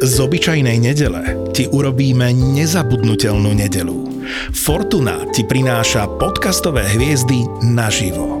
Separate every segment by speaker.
Speaker 1: Z obyčajnej nedele ti urobíme nezabudnutelnú nedelu. Fortuna ti prináša podcastové hviezdy naživo.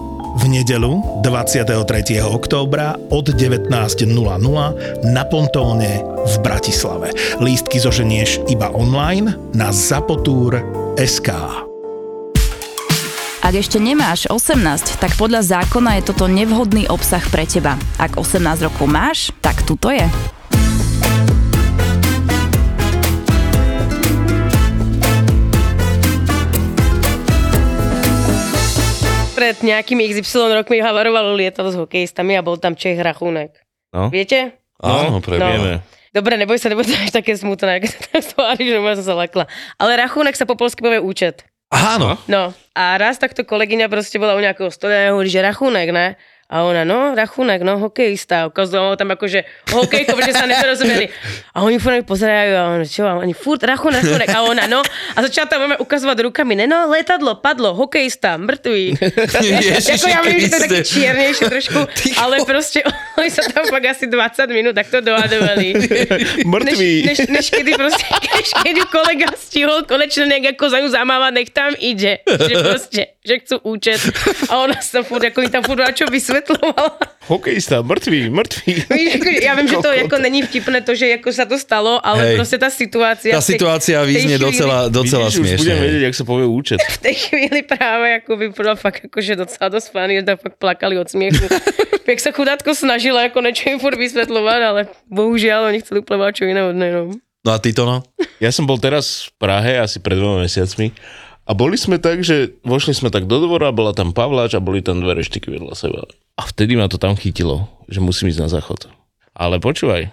Speaker 1: V nedelu 23. októbra od 19.00 na Pontóne v Bratislave. Lístky zoženieš iba online na zapotur.sk.
Speaker 2: Ak ešte nemáš 18, tak podľa zákona je toto nevhodný obsah pre teba. Ak 18 rokov máš, tak tuto je.
Speaker 3: pred nejakými XY rokmi havarovalo lietadlo s hokejistami a bol tam Čech Rachúnek.
Speaker 4: No.
Speaker 3: Viete? No.
Speaker 4: Áno,
Speaker 5: No.
Speaker 4: previeme.
Speaker 3: Dobre, neboj sa, neboj to až také smutné, ako sa tam stvári, že ma som sa lakla. Ale Rachúnek sa po polsky povie účet.
Speaker 4: Áno.
Speaker 3: No a raz takto kolegyňa proste bola u nejakého stola a hovorí, že Rachúnek, ne? A ona, no, Rachúnek, no, hokejista. Ukazujem tam akože hokejko, pretože sa nedorozumeli. A oni furt na mňa pozerajú a on, čo? A oni furt, Rachúnek, Rachúnek. A ona, no. A začala tam mama ukazovať rukami, ne, no, letadlo, padlo, hokejista, mrtvý.
Speaker 4: Ježiši
Speaker 3: Ako ja viem, že to je
Speaker 4: Kriste.
Speaker 3: taký čiernejší trošku, ale proste oni sa tam fakt asi 20 minút takto dohadovali.
Speaker 1: Mŕtvý.
Speaker 3: Než, než, než kedy proste, než kedy kolega stihol konečne nejak ako za ňu zamáva, nech tam ide. Že proste, že chcú účet. A ona sa tam furt, ako im tam furt čo vysvetľovala.
Speaker 5: Hokejista, mŕtvý, mŕtvý.
Speaker 3: Víš, ako, Ja viem, že to ako není vtipné to, že ako sa to stalo,
Speaker 4: Hej.
Speaker 3: ale proste tá situácia. v
Speaker 4: Tá
Speaker 3: tej-
Speaker 4: situácia
Speaker 3: v tej
Speaker 4: význie
Speaker 3: chvíli-
Speaker 4: docela, docela
Speaker 5: Vidíš, Už budem vedieť,
Speaker 4: smiešne.
Speaker 5: jak sa povie účet.
Speaker 3: V tej chvíli práve ako by bola fakt akože docela dosť fany, že tam fakt plakali od smiechu. Jak sa chudátko snažila ako niečo im furt vysvetľovať, ale bohužiaľ oni chceli úplne čo iné od nej. No.
Speaker 4: No a ty to no?
Speaker 5: Ja som bol teraz v Prahe asi pred dvoma mesiacmi a boli sme tak, že vošli sme tak do dvora, bola tam Pavláč a boli tam dve reštiky vedľa seba. A vtedy ma to tam chytilo, že musím ísť na záchod. Ale počúvaj,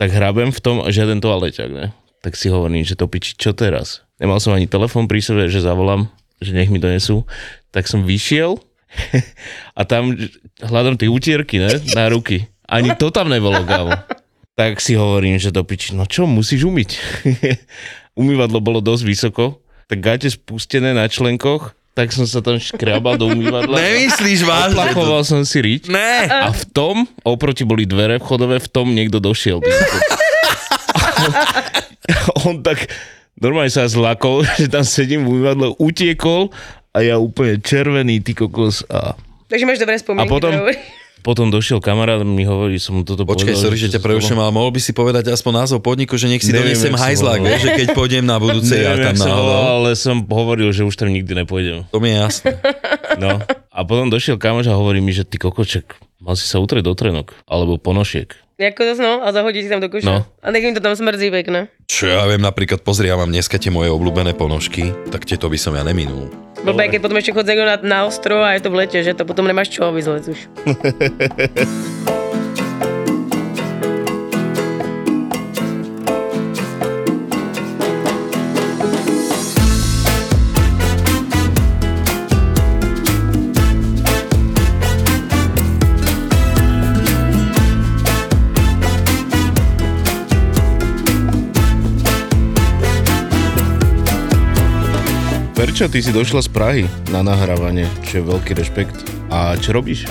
Speaker 5: tak hrabem v tom žiaden toaleťak, ne? Tak si hovorím, že to piči, čo teraz? Nemal som ani telefón pri sebe, že zavolám, že nech mi donesú. Tak som vyšiel a tam hľadám tie utierky, ne? Na ruky. Ani to tam nebolo, kámo. tak si hovorím, že do piči, no čo, musíš umyť. Umývadlo bolo dosť vysoko, tak gate spustené na členkoch, tak som sa tam škrabal do umývadla.
Speaker 4: Nemyslíš vážne? to?
Speaker 5: Plachoval som si riť.
Speaker 4: Ne.
Speaker 5: A v tom, oproti boli dvere vchodové, v tom niekto došiel. on, on tak normálne sa zlakol, že tam sedím v umývadle, utiekol a ja úplne červený, ty kokos. A
Speaker 3: Takže máš dobré spomienky.
Speaker 5: A potom-
Speaker 3: to hovorí.
Speaker 5: potom došiel kamarát, mi hovorí, som mu toto
Speaker 4: Počkaj,
Speaker 5: povedal.
Speaker 4: sorry, že ťa
Speaker 5: sa stalo.
Speaker 4: prerušujem, ale mohol by si povedať aspoň názov podniku, že nech si
Speaker 5: Neviem,
Speaker 4: donesem
Speaker 5: jak sa
Speaker 4: hajzlák,
Speaker 5: volá.
Speaker 4: vieš, že keď pôjdem na budúce, ja
Speaker 5: Neviem,
Speaker 4: tam
Speaker 5: jak
Speaker 4: na
Speaker 5: sa volal, ale som hovoril, že už tam nikdy nepôjdem.
Speaker 4: To mi je jasné.
Speaker 5: No. A potom došiel kamoš a hovorí mi, že ty kokoček, mal si sa utrieť do trenok, alebo ponošiek.
Speaker 3: Jako to no, a zahodí si tam do koša.
Speaker 5: No.
Speaker 3: A nech im to tam smrzí pekne.
Speaker 4: Čo ja viem, napríklad pozri, ja mám dneska tie moje obľúbené ponožky, tak tieto by som ja neminul.
Speaker 3: Blbé, keď potom ešte chodzajú na, na ostrov a je to v lete, že to potom nemáš čo vyzlec už.
Speaker 5: Verča, ty si došla z Prahy na nahrávanie, čo je veľký rešpekt. A čo robíš?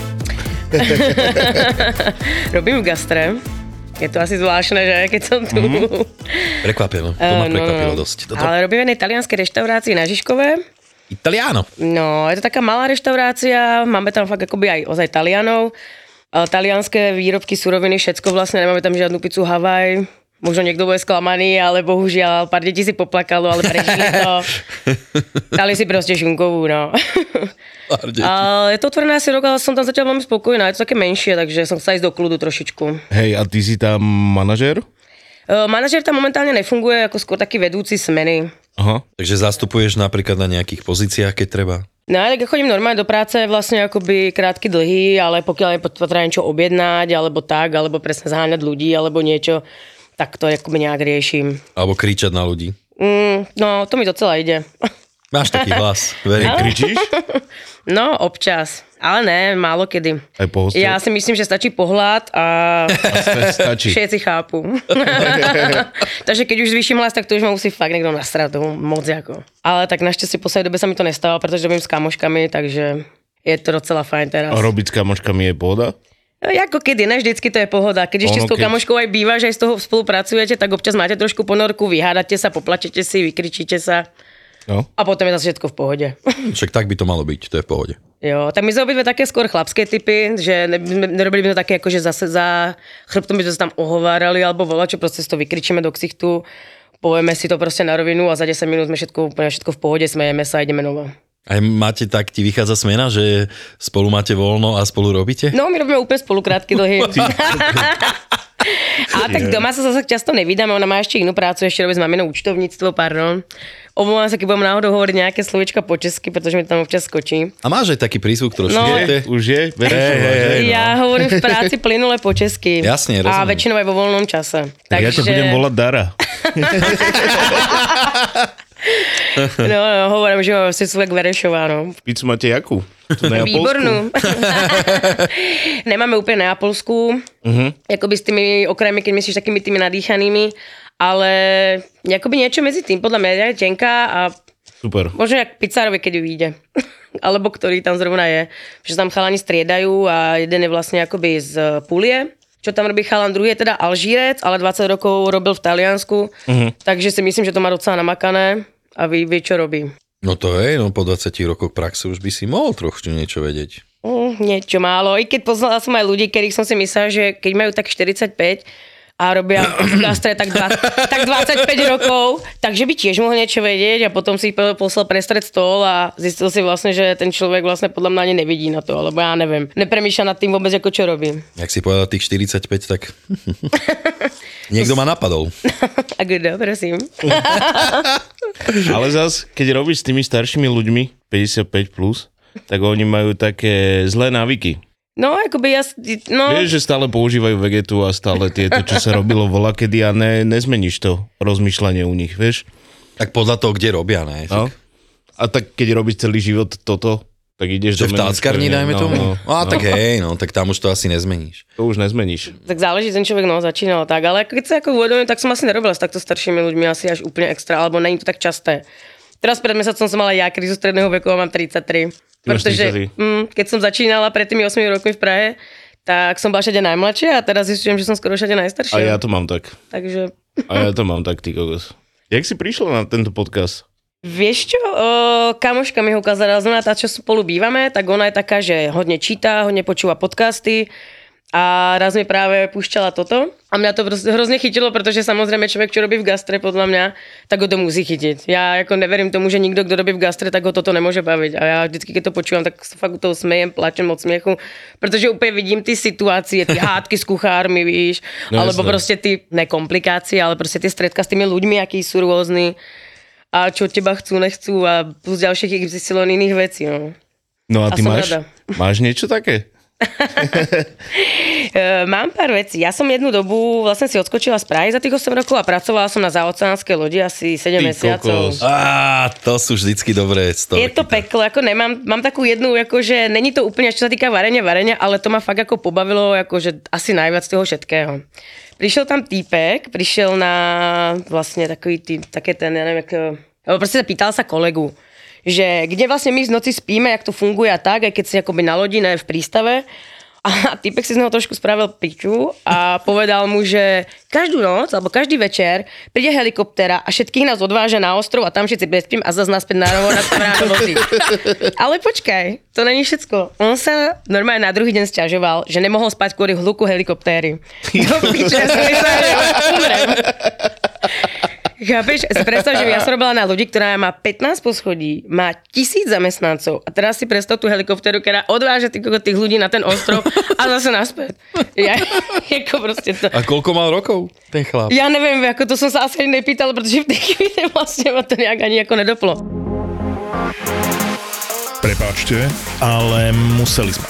Speaker 3: Robím v gastre. Je to asi zvláštne, že keď som tu.
Speaker 4: Mhm. Prekvapilo, to
Speaker 3: Áno,
Speaker 4: ma prekvapilo
Speaker 3: no.
Speaker 4: dosť. Toto...
Speaker 3: Ale robím v jednej talianskej reštaurácii na Žižkové.
Speaker 4: Italiano.
Speaker 3: No, je to taká malá reštaurácia, máme tam fakt akoby aj ozaj Talianov. E, Talianské výrobky, suroviny, všetko vlastne, nemáme tam žiadnu pizzu Havaj. Možno niekto bude sklamaný, ale bohužiaľ pár detí si poplakalo, ale prežili to. Dali si proste žunkovú, no. A je to otvorené asi rok, ale som tam zatiaľ veľmi spokojná. Je to také menšie, takže som chcela ísť do kľudu trošičku. E,
Speaker 5: Hej, a ty si tam manažér?
Speaker 3: Uh, manažer tam momentálne nefunguje, ako skôr taký vedúci smeny.
Speaker 5: Aha.
Speaker 4: Takže zastupuješ napríklad na nejakých pozíciách, keď treba.
Speaker 3: No ja tak ja chodím normálne do práce, vlastne akoby krátky, dlhý, ale pokiaľ je pot- treba niečo objednať, alebo tak, alebo presne zháňať ľudí, alebo niečo, tak to akoby nejak riešim.
Speaker 4: Alebo kričať na ľudí.
Speaker 3: Mm, no, to mi docela ide.
Speaker 4: Máš taký hlas, verím.
Speaker 5: Kričíš?
Speaker 3: No, občas. Ale ne, málo kedy.
Speaker 5: Aj po hostelu?
Speaker 3: Ja si myslím, že stačí pohľad a
Speaker 5: Stačí.
Speaker 3: všetci chápu. Takže keď už zvýším hlas, tak to už ma musí fakt niekto nasrať, to moc jako. Ale tak naštěstí poslední době se mi to nestalo, protože bym s kamoškami, takže je to docela fajn teraz.
Speaker 5: A robiť s kamočkami je pohoda?
Speaker 3: No, Jako kedy, ne vždycky to je pohoda. Keď ešte
Speaker 5: Ono,
Speaker 3: s tou
Speaker 5: keď-
Speaker 3: kamoškou aj býva, že aj z toho spolupracujete, tak občas máte trošku ponorku, vyhádate sa, poplačete si, vykričíte sa
Speaker 5: No.
Speaker 3: a potom je zase všetko v pohode.
Speaker 4: Však tak by to malo byť, to je v pohode.
Speaker 3: Jo, tak my sme obidve také skôr chlapské typy, že ne, ne- nerobili by to také, ako že zase za chrbtom by sme sa tam ohovárali, alebo volá, čo proste si to vykričíme do ksichtu, povieme si to proste na rovinu a za 10 minút sme všetko, úplne všetko v pohode, smejeme sa a ideme nové.
Speaker 4: Aj máte tak, ti vychádza smena, že spolu máte voľno a spolu robíte?
Speaker 3: No, my robíme úplne spolu krátky dlhy. A tak doma sa zase často nevídame, ona má ešte inú prácu, ešte robí s maminou účtovníctvo, pardon. Omlouvám sa, keď budem náhodou hovoriť nejaké slovička po česky, pretože mi tam občas skočí.
Speaker 4: A máš aj taký prízvuk trošku,
Speaker 3: No.
Speaker 4: viete?
Speaker 5: Už je? Vereš,
Speaker 4: Hej,
Speaker 5: že-
Speaker 4: hej, hej,
Speaker 3: Ja hovorím v práci plynule po česky. A
Speaker 4: Jasne, rozumiem.
Speaker 3: väčšinou aj vo voľnom čase.
Speaker 5: Tak ja ťa budem volať Dara.
Speaker 3: No, no, hovorím, že si človek Verešová, no.
Speaker 5: Pizzu máte jakú? Tu na Japonsku?
Speaker 3: Výbornú. Nemáme úplne neapolskú,
Speaker 5: Mhm.
Speaker 3: uh-huh. akoby s tými okrajmi, keď myslíš takými tými nadýchanými, ale akoby niečo medzi tým, podľa mňa je tenká a
Speaker 5: Super.
Speaker 3: možno jak pizzárovi, keď ju vyjde. Alebo ktorý tam zrovna je. Že tam chalani striedajú a jeden je vlastne akoby z eh, Pulie, čo tam robí chalan, druhý je teda Alžírec, ale 20 rokov robil v Taliansku, uh-huh.
Speaker 5: Mhm.
Speaker 3: takže si myslím, že to má docela namakané a ví, vie, čo robí.
Speaker 4: No to je, no po 20 rokoch praxe už by si mohol trochu niečo vedieť.
Speaker 3: Mm, niečo málo. I keď poznala som aj ľudí, ktorých som si myslela, že keď majú tak 45 a robia v gastre tak, 20, tak 25 rokov, takže by tiež mohol niečo vedieť a potom si po- poslal prestred stôl a zistil si vlastne, že ten človek vlastne podľa mňa ani nevidí na to, alebo ja neviem. Nepremýšľa nad tým vôbec, ako čo robím.
Speaker 4: Jak si povedal tých 45, tak niekto ma napadol.
Speaker 3: A kdo, no, prosím.
Speaker 5: Ale zas, keď robíš s tými staršími ľuďmi, 55+, plus, tak oni majú také zlé návyky.
Speaker 3: No, akoby ja... s- No,
Speaker 5: Vieš, že stále používajú vegetu a stále tieto, čo sa robilo vola kedy a ne, nezmeníš to rozmýšľanie u nich, vieš?
Speaker 4: Tak podľa toho, kde robia, ne?
Speaker 5: No? A tak keď robíš celý život toto, tak ideš
Speaker 4: Že
Speaker 5: do
Speaker 4: v
Speaker 5: menu
Speaker 4: táckarni,
Speaker 5: škvrne.
Speaker 4: dajme
Speaker 5: no,
Speaker 4: tomu?
Speaker 5: No,
Speaker 4: No, a tak hej, no, tak tam už to asi nezmeníš.
Speaker 5: to už nezmeníš.
Speaker 3: tak záleží, ten človek no, začínal tak, ale ako keď sa ako uvedomím, tak som asi nerobila s takto staršími ľuďmi asi až úplne extra, alebo není to tak časté. Teraz pred mesiacom som mala ja krízu stredného veku a mám 33.
Speaker 5: máš
Speaker 3: Pretože
Speaker 5: 33.
Speaker 3: mm, keď som začínala pred tými 8 rokmi v Prahe, tak som bola všade najmladšia a teraz zistujem, že som skoro všade najstaršia.
Speaker 5: A ja to mám tak.
Speaker 3: Takže
Speaker 5: A ja to mám tak, ty kokos. Jak si prišla na tento podcast?
Speaker 3: Vieš čo, o, kamoška mi ho ukázala, znamená tá, čo spolu bývame, tak ona je taká, že hodne číta, hodne počúva podcasty a raz mi práve púšťala toto a mňa to proste hrozne chytilo, pretože samozrejme človek, čo robí v gastre, podľa mňa, tak ho to musí chytiť. Ja ako neverím tomu, že nikto, kto robí v gastre, tak ho toto nemôže baviť. A ja vždycky, keď to počúvam, tak sa fakt u toho smejem, plačem od smiechu, pretože úplne vidím ty situácie, ty hádky s kuchármi, víš, no,
Speaker 5: No,
Speaker 3: alebo
Speaker 5: jasné.
Speaker 3: proste ty, ne komplikácie, ale proste tie stredka s tými ľuďmi, akí sú rôzni a čo od teba chcú, nechcú a plus ďalších y iných vecí. No.
Speaker 5: No
Speaker 3: A
Speaker 5: a ty
Speaker 3: som
Speaker 5: máš,
Speaker 3: rada.
Speaker 5: máš niečo také?
Speaker 3: E, mám pár vecí. Ja som jednu dobu vlastne si odskočila z Prahy za tých 8 rokov a pracovala som na zaoceánskej lodi asi 7
Speaker 5: Ty
Speaker 3: mesiacov.
Speaker 5: kokos.
Speaker 4: Á, to sú vždycky dobré stovky.
Speaker 3: Je to peklo, ako nemám, mám takú jednu, akože není to úplne, čo sa týka varenia, varenia, ale to ma fakt ako pobavilo, akože asi najviac z toho všetkého. Prišiel tam týpek, prišiel na vlastne takový tý, také ten, ja neviem, jak, eh, proste sa pýtal sa kolegu, že kde vlastne my v noci spíme, jak to funguje a tak, aj keď si akoby na lodi, ne, v prístave. A typek si z neho trošku spravil piču a povedal mu, že každú noc, alebo každý večer príde helikoptéra a všetkých nás odváža na ostrov a tam všetci prespím a zase naspäť na rovo na tam ráno vozí. Ale počkaj, to není všetko. On sa normálne na druhý deň sťažoval, že nemohol spať kvôli hluku helikoptéry. Do piče, ja som myslela, že umrem. Chápeš? Si predstav, že ja som robila na ľudí, ktorá má 15 poschodí, má tisíc zamestnancov a teraz si predstav tú helikoptéru, ktorá odváža tých, tých ľudí na ten ostrov a zase naspäť. Ja, ako proste to.
Speaker 4: A koľko mal rokov ten chlap?
Speaker 3: Ja neviem, ako to som sa asi ani nepýtala, pretože v tej chvíli vlastne ma to nejak ani ako nedoplo.
Speaker 1: Prepáčte, ale museli sme.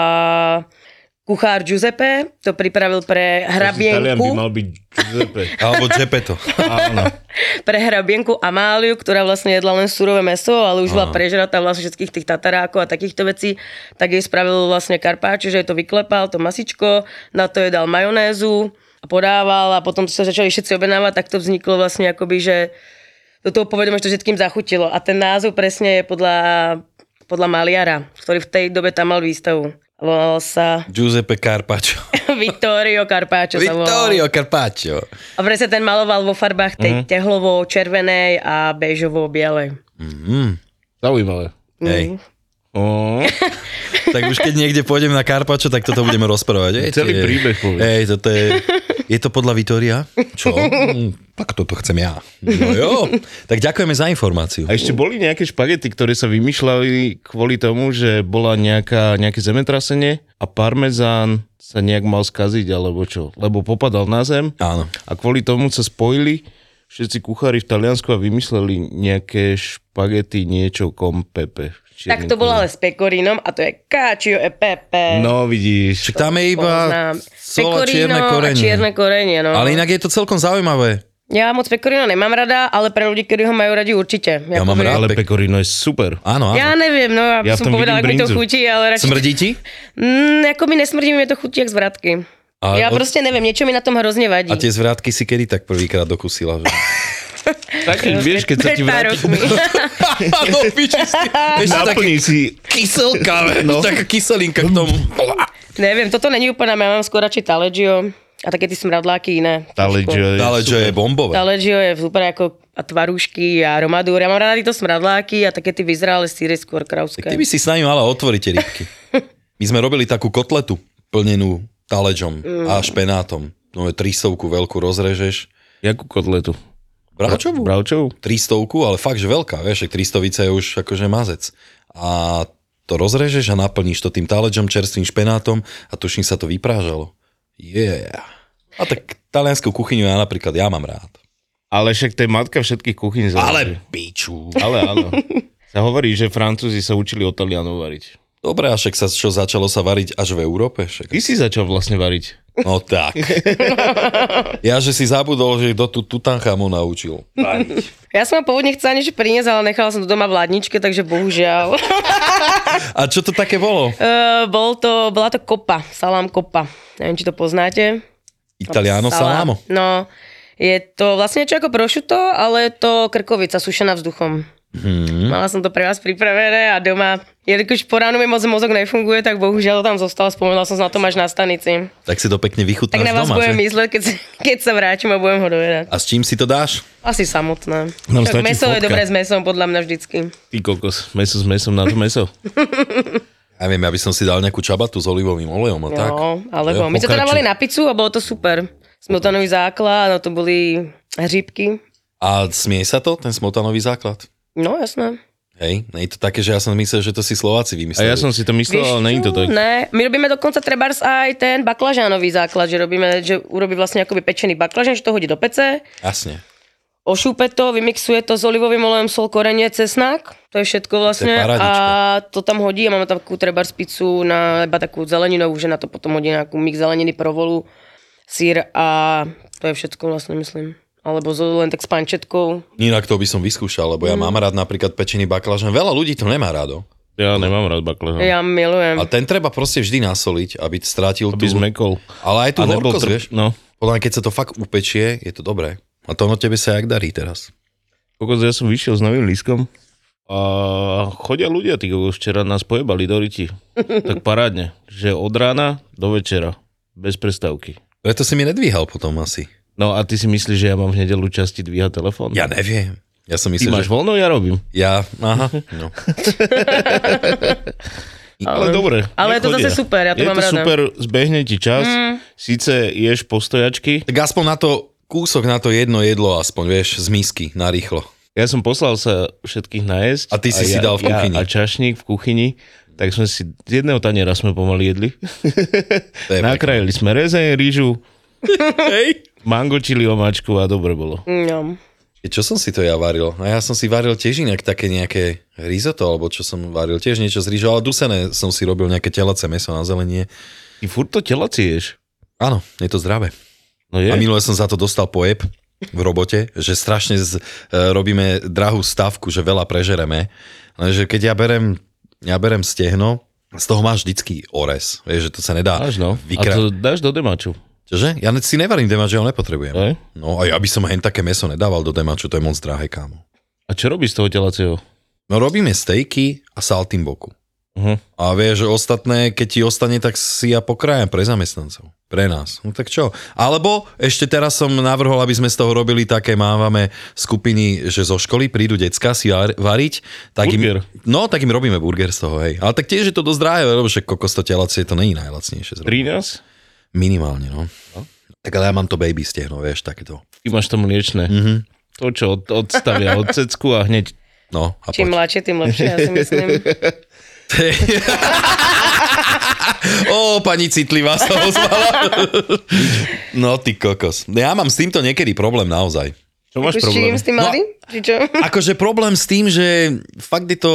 Speaker 3: kuchár Giuseppe to pripravil pre
Speaker 5: Italian by
Speaker 3: hrabienku,
Speaker 5: mal byť Giuseppe.
Speaker 4: Alebo Gepetto.
Speaker 5: Áno.
Speaker 3: pre hrabienku Amáliu, ktorá vlastne jedla len surové meso, ale už bola prežratá vlastne všetkých tých tatarákov a takýchto vecí, tak jej spravil vlastne karpáč, že jej to vyklepal, to masičko, na to jej dal majonézu a podával a potom sa začali všetci objednávať, tak to vzniklo vlastne akoby, že do toho povedome, že to všetkým zachutilo. A ten názov presne je podľa, podľa maliara, ktorý v tej dobe tam mal výstavu. Volal sa
Speaker 4: Giuseppe Carpaccio.
Speaker 3: Vittorio Carpaccio. sa volal.
Speaker 4: Vittorio Carpaccio.
Speaker 3: A presne ten maloval vo farbách tej tehlovo červenej a bežovo bielej.
Speaker 5: Zaujímavé.
Speaker 4: Hej.
Speaker 3: Mm.
Speaker 5: Oh.
Speaker 4: Tak už keď niekde pôjdem na Karpačo, tak toto budeme rozprávať. Ej,
Speaker 5: Celý
Speaker 4: tie-
Speaker 5: príbeh povedz.
Speaker 4: Ej, toto je... Je to podľa Vitoria? Čo? Hm, Tak toto chcem ja. No jo. Tak ďakujeme za informáciu.
Speaker 5: A ešte boli nejaké špagety, ktoré sa vymýšľali kvôli tomu, že bola nejaká, nejaké zemetrasenie a parmezán sa nejak mal skaziť alebo čo, lebo popadal na zem
Speaker 4: Áno.
Speaker 5: a kvôli tomu sa spojili všetci kuchári v Taliansku a vymysleli nejaké špagety niečo kom pepe.
Speaker 3: Tak to bolo ale s pekorínom a to je káčio e pepe.
Speaker 5: No vidíš.
Speaker 4: Však tam je iba
Speaker 3: Poznám.
Speaker 4: sola
Speaker 3: Pecorino
Speaker 4: čierne
Speaker 3: a
Speaker 4: korenie.
Speaker 3: čierne korenie, no.
Speaker 4: Ale inak je to celkom zaujímavé.
Speaker 3: Ja moc pekorino nemám rada, ale pre ľudí, ktorí ho majú radi, určite.
Speaker 4: Ja mám
Speaker 3: poviem-
Speaker 4: rád.
Speaker 5: Ale
Speaker 4: pek-
Speaker 5: pecorino je super.
Speaker 4: Áno, áno.
Speaker 3: Ja neviem, no ja,
Speaker 5: Ja
Speaker 3: by
Speaker 5: v
Speaker 3: som
Speaker 5: tom
Speaker 3: povedala, ako
Speaker 5: vidím
Speaker 3: mi to
Speaker 5: brinzu.
Speaker 3: chutí, ale radšej...
Speaker 4: Smrdí ti?
Speaker 3: Mm, ako mi nesmrdí, mi to chutí jak z vratky.
Speaker 4: A
Speaker 3: ja
Speaker 4: od-
Speaker 3: proste neviem, niečo mi na tom hrozne vadí.
Speaker 4: A tie zvrátky si kedy tak prvýkrát dokusila? Že?
Speaker 5: Tak vieš, keď sa ti
Speaker 3: Pred pár
Speaker 5: vráti...
Speaker 3: rokmi.
Speaker 4: no, piči, si- ešte také
Speaker 5: Naplní si...
Speaker 4: kyselka, no. taká kyselinka k tomu.
Speaker 3: neviem, toto není úplne, ja mám skôr radšej Taleggio a také tie smradláky iné.
Speaker 5: Taleggio je
Speaker 4: Ale čo je bombové.
Speaker 3: Taleggio je super ako a tvarúšky a romadúr. Ja mám rada títo smradláky a také tie vyzrálé síry skôr krauské.
Speaker 4: Ty by si s nami mala otvoriť tie rybky. My sme robili takú kotletu plnenú taleďom a špenátom. No je tristovku veľkú rozrežeš.
Speaker 5: Jakú kotletu?
Speaker 4: Bravčovú?
Speaker 5: Bravčovú?
Speaker 4: Tristovku, ale fakt, že veľká. Vieš, že tristovica je už akože mazec. A to rozrežeš a naplníš to tým taleďom, čerstvým špenátom a tuším sa to vyprážalo. Yeah. A tak talianskou kuchyňu ja napríklad ja mám rád.
Speaker 5: Ale však to je matka všetkých kuchyn. záleží.
Speaker 4: Ale piču.
Speaker 5: Ale áno. Sa hovorí, že Francúzi sa učili od Talianov variť.
Speaker 4: Dobre, a však sa čo začalo sa variť až v Európe? Však.
Speaker 5: Ty si začal vlastne variť.
Speaker 4: No tak. Ja, že si zabudol, že kto tu Tutanchamu naučil.
Speaker 3: Ja som vám pôvodne chcela niečo priniesť, ale nechala som to doma v ladničke, takže bohužiaľ.
Speaker 4: A čo to také bolo?
Speaker 3: Eh, bol to, bola to kopa, salám kopa. Neviem, či to poznáte.
Speaker 4: Italiano
Speaker 3: Salám.
Speaker 4: salamo.
Speaker 3: No, je to vlastne niečo ako prošuto, ale je to krkovica sušená vzduchom.
Speaker 4: Hmm.
Speaker 3: Mala som to pre vás pripravené a doma, jelikož po ránu mi moc mozog nefunguje, tak bohužiaľ to tam zostalo, spomenula som sa na tom až na stanici.
Speaker 4: Tak si to
Speaker 3: Tak
Speaker 4: pekne vychutnáš
Speaker 3: na vás
Speaker 4: doma,
Speaker 3: budem
Speaker 4: že?
Speaker 3: mysleť, keď, sa- keď sa vrátim a budem ho dojedať.
Speaker 4: A s čím si to dáš?
Speaker 3: Asi samotné.
Speaker 5: Nám
Speaker 3: Však
Speaker 5: No, stačí
Speaker 3: meso je
Speaker 5: fotka.
Speaker 3: dobré s mesom, podľa mňa vždycky.
Speaker 5: Ty kokos, meso s mesom na to meso.
Speaker 4: Ja viem, ja by som si dal nejakú čabatu s olivovým olejom a tak.
Speaker 3: No, alebo
Speaker 4: Ja
Speaker 3: my sme to
Speaker 4: pokračujem.
Speaker 3: dávali na pizzu a bolo to super. Smiltanový základ, no to boli hříbky.
Speaker 4: A smie sa to, ten smotanový základ?
Speaker 3: No, jasné.
Speaker 4: Hej, nie je to také, že ja som myslel, že to si
Speaker 5: A
Speaker 4: Slováci vymysleli.
Speaker 5: ja som si to myslel, ale není to
Speaker 3: čo?
Speaker 5: tak.
Speaker 3: Ne, my robíme dokonca trebárs aj ten baklažánový základ, že robíme, že urobí vlastne akoby pečený baklažán, že to hodí do pece,
Speaker 4: Jasne.
Speaker 3: ošúpe to, vymixuje to s olivovým olejom, sol, korenie, cesnak, to je všetko vlastne.
Speaker 4: To je
Speaker 3: a
Speaker 4: parádička.
Speaker 3: to tam hodí a máme tam takú trebárs pizzu na iba takú zeleninovú, že na to potom hodí nejakú mix zeleniny, provolu sír a to je všetko vlastne, myslím. Alebo zo- len tak s pančetkou.
Speaker 4: Inak to by som vyskúšal, lebo ja
Speaker 3: Mm.
Speaker 4: mám rád napríklad pečený baklažan. Veľa ľudí to nemá rádo.
Speaker 5: Ja nemám rád baklažan.
Speaker 3: Ja milujem.
Speaker 4: A ten treba proste vždy nasoliť, aby strátil
Speaker 5: Aby
Speaker 4: tú...
Speaker 5: zmekol.
Speaker 4: Ale aj tú
Speaker 5: A nebol
Speaker 4: horkosť,
Speaker 5: trp-
Speaker 4: vieš?
Speaker 5: No.
Speaker 4: Podľa mňa, keď sa to fakt upečie, je to dobré. A to ono tebe sa jak darí teraz.
Speaker 5: Kokos, ja som vyšiel s novým lískom a chodia ľudia, tí kokos, včera nás pojebali do riti. Tak parádne, že od rána do večera, bez prestávky.
Speaker 4: Preto No si mi nedvíhal potom asi.
Speaker 5: No a ty si myslíš, že ja mám v nedelu časti dvíha telefón?
Speaker 4: Ja neviem. Ja som
Speaker 5: Ty
Speaker 4: myslel,
Speaker 5: máš
Speaker 4: že...
Speaker 5: voľno, ja robím.
Speaker 4: Ja, aha, no.
Speaker 5: Ale, dobre.
Speaker 3: ale je to
Speaker 5: nechodia.
Speaker 3: zase super, ja to
Speaker 5: je
Speaker 3: mám
Speaker 5: to
Speaker 3: rada.
Speaker 5: super, zbehne ti čas, mm. síce ješ postojačky.
Speaker 4: Tak aspoň na to, kúsok na to jedno jedlo aspoň, vieš, z misky, narýchlo.
Speaker 5: Ja som poslal sa všetkých najesť.
Speaker 4: A ty si si
Speaker 5: ja,
Speaker 4: dal v kuchyni.
Speaker 5: Ja a čašník v kuchyni, tak sme si, z jedného taniera sme pomaly jedli.
Speaker 4: To je pekné.
Speaker 5: Nakrajili sme rezeň, rýžu, mango čili omáčku a dobre bolo.
Speaker 3: No.
Speaker 4: Čo som si to ja varil? A ja som si varil tiež inak také nejaké risotto, alebo čo som varil, tiež niečo z rýžou, ale dusené som si robil nejaké telece meso na zelenie.
Speaker 5: Ty furt to telacie ješ.
Speaker 4: Áno, je to zdravé.
Speaker 5: No je.
Speaker 4: A minule som za to dostal pojeb v robote, že strašne z, e, robíme drahú stavku, že veľa prežereme. Lenže keď ja berem, ja berem stehno, z toho máš vždycky orez. Vieš, že to sa nedá
Speaker 5: Máš no. A to
Speaker 4: vykra-
Speaker 5: dáš do demaču.
Speaker 4: Čože? Ja ne- si nevarím demač, ja ho nepotrebujem.
Speaker 5: Hej.
Speaker 4: No a ja by som hen také meso nedával do demaču, to je moc drahé, kámo.
Speaker 5: A čo robíš z toho telacieho?
Speaker 4: No robíme stejky a saltimboku.
Speaker 5: Uh-huh.
Speaker 4: A vieš, že ostatné, keď ti ostane, tak si ja pokrajem pre zamestnancov. Pre nás. No tak čo? Alebo ešte teraz som navrhol, aby sme z toho robili také, mávame skupiny, že zo školy prídu decka si ar- variť. Tak
Speaker 5: Burger.
Speaker 4: Im, no, tak im robíme burger z toho, hej. Ale tak tiež je to dosť drahé, lebo že kokos to telacie, to není najlacnejšie. Zrobiť.
Speaker 5: 13?
Speaker 4: Minimálne, no. Tak ale ja mám to baby stehno, vieš, takéto.
Speaker 5: Ty máš to mliečne.
Speaker 4: Mhm.
Speaker 5: To, čo od, odstavia od cecku a hneď
Speaker 4: No, a
Speaker 3: Čím
Speaker 4: poď.
Speaker 3: mladšie, tým lepšie, ja si myslím.
Speaker 4: Ó, pani citlivá sa ozvala. no, ty kokos. Ja mám s týmto niekedy problém naozaj.
Speaker 5: Čo máš
Speaker 3: Už čím
Speaker 5: problém?
Speaker 3: s tým
Speaker 4: No
Speaker 3: mladým? Či čo?
Speaker 4: akože problém s tým, že fakt je to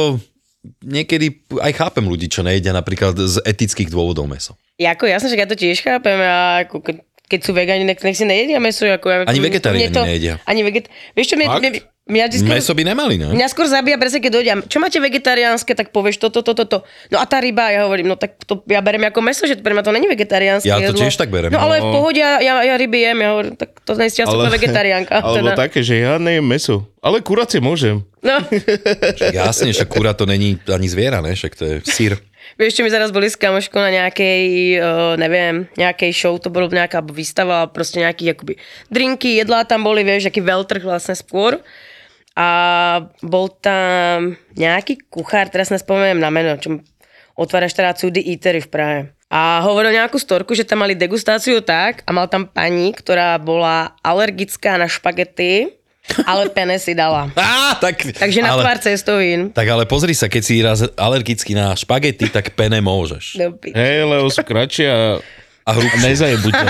Speaker 4: niekedy, aj chápem ľudí, čo nejedia napríklad z etických dôvodov meso.
Speaker 3: Ja ako jasne, že ja to tiež chápem a ako ke- keď sú vegáni, nech, nech si nejedia meso. Ako ja,
Speaker 4: Ani vegetariáni
Speaker 3: mne to-
Speaker 4: nejedia.
Speaker 3: Ani veget... Vieš čo, mne,
Speaker 5: Fakt?
Speaker 3: mne, mňa, vždy skôr,
Speaker 4: Meso by nemali, ne?
Speaker 3: mňa skôr zabíja presne, keď dojde. Čo máte vegetariánske, tak povieš toto, toto, toto. No a tá ryba, ja hovorím, no tak to ja berem ako meso, že to pre mňa to není vegetariánske
Speaker 4: Ja to
Speaker 3: jedlo.
Speaker 4: tiež tak berem,
Speaker 3: No ale v
Speaker 4: no.
Speaker 3: pohode, ja, ja, ja ryby jem, ja hovorím, tak to nejste, ja som ale, vegetariánka.
Speaker 5: Alebo
Speaker 3: teda.
Speaker 5: také, že ja nejem meso. Ale kuracie môžem.
Speaker 3: No,
Speaker 4: Jasne, však kúra to není ani zviera, ne? Však to je sír.
Speaker 3: vieš čo, my zaraz boli s kamoškou na nejakej, uh, neviem, nejakej show, to bolo nejaká výstava, proste nejaký akoby drinky, jedlá tam boli, vieš, aký veľtrh vlastne skôr. A bol tam nejaký kuchár, teraz nespomeniem na meno, čo otvára štaráciu The Eatery v Prahe. A hovoril nejakú storku, že tam mali degustáciu tak a mal tam pani, ktorá bola alergická na špagety, ale pene si dala.
Speaker 4: Á, tak,
Speaker 3: Takže na
Speaker 4: ale,
Speaker 3: pár cestovín.
Speaker 4: Tak ale pozri sa, keď si raz alergický na špagety, tak pene môžeš.
Speaker 3: Do piči.
Speaker 5: Hej, lebo sú kratšie a
Speaker 4: A
Speaker 5: a
Speaker 4: hrubšie.
Speaker 5: nezajebu ťa.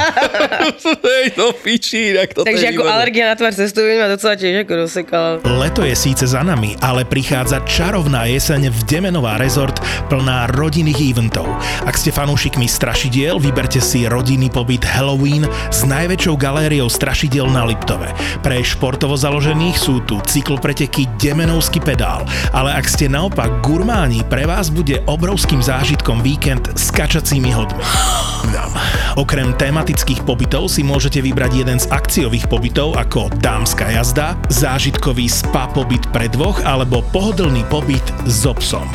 Speaker 4: Hej, to pičí, tak to
Speaker 3: Takže
Speaker 4: je
Speaker 3: ako
Speaker 4: výborné.
Speaker 3: alergia na tvár cestujú ma docela tiež ako rozsekala.
Speaker 1: Leto je síce za nami, ale prichádza čarovná jeseň v Demenová rezort plná rodinných eventov. Ak ste fanúšikmi strašidiel, vyberte si rodinný pobyt Halloween s najväčšou galériou strašidiel na Liptove. Pre športovo založených sú tu cyklopreteky Demenovský pedál, ale ak ste naopak gurmáni, pre vás bude obrovským zážitkom víkend s kačacími hodmi. Okrem tematických pobytov si môžete vybrať jeden z akciových pobytov ako dámska jazda, zážitkový spa pobyt pre dvoch alebo pohodlný pobyt s so psom.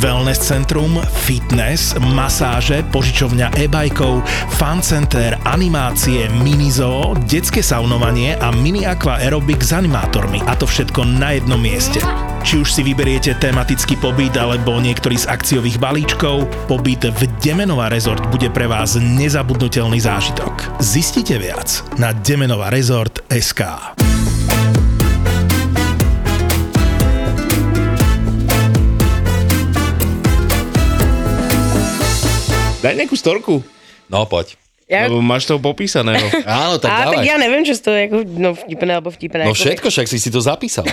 Speaker 1: Wellness centrum, fitness, masáže, požičovňa e-bajkov, fan center, animácie, minizoo, detské saunovanie a mini aqua aerobik s animátormi. A to všetko na jednom mieste. Či už si vyberiete tematický pobyt alebo niektorý z akciových balíčkov, pobyt v Demenová rezort bude pre vás nezabudnutelný zážitok. Zistite viac na Demenová rezort SK.
Speaker 5: Daj nejakú storku.
Speaker 4: No, poď.
Speaker 3: Ja-
Speaker 5: Lebo máš toho popísaného.
Speaker 4: Áno, tak
Speaker 3: A tak
Speaker 4: dávaj.
Speaker 3: ja neviem, čo to je ako, no vtipné alebo vtipné. ako-
Speaker 4: No všetko, však si si to zapísal.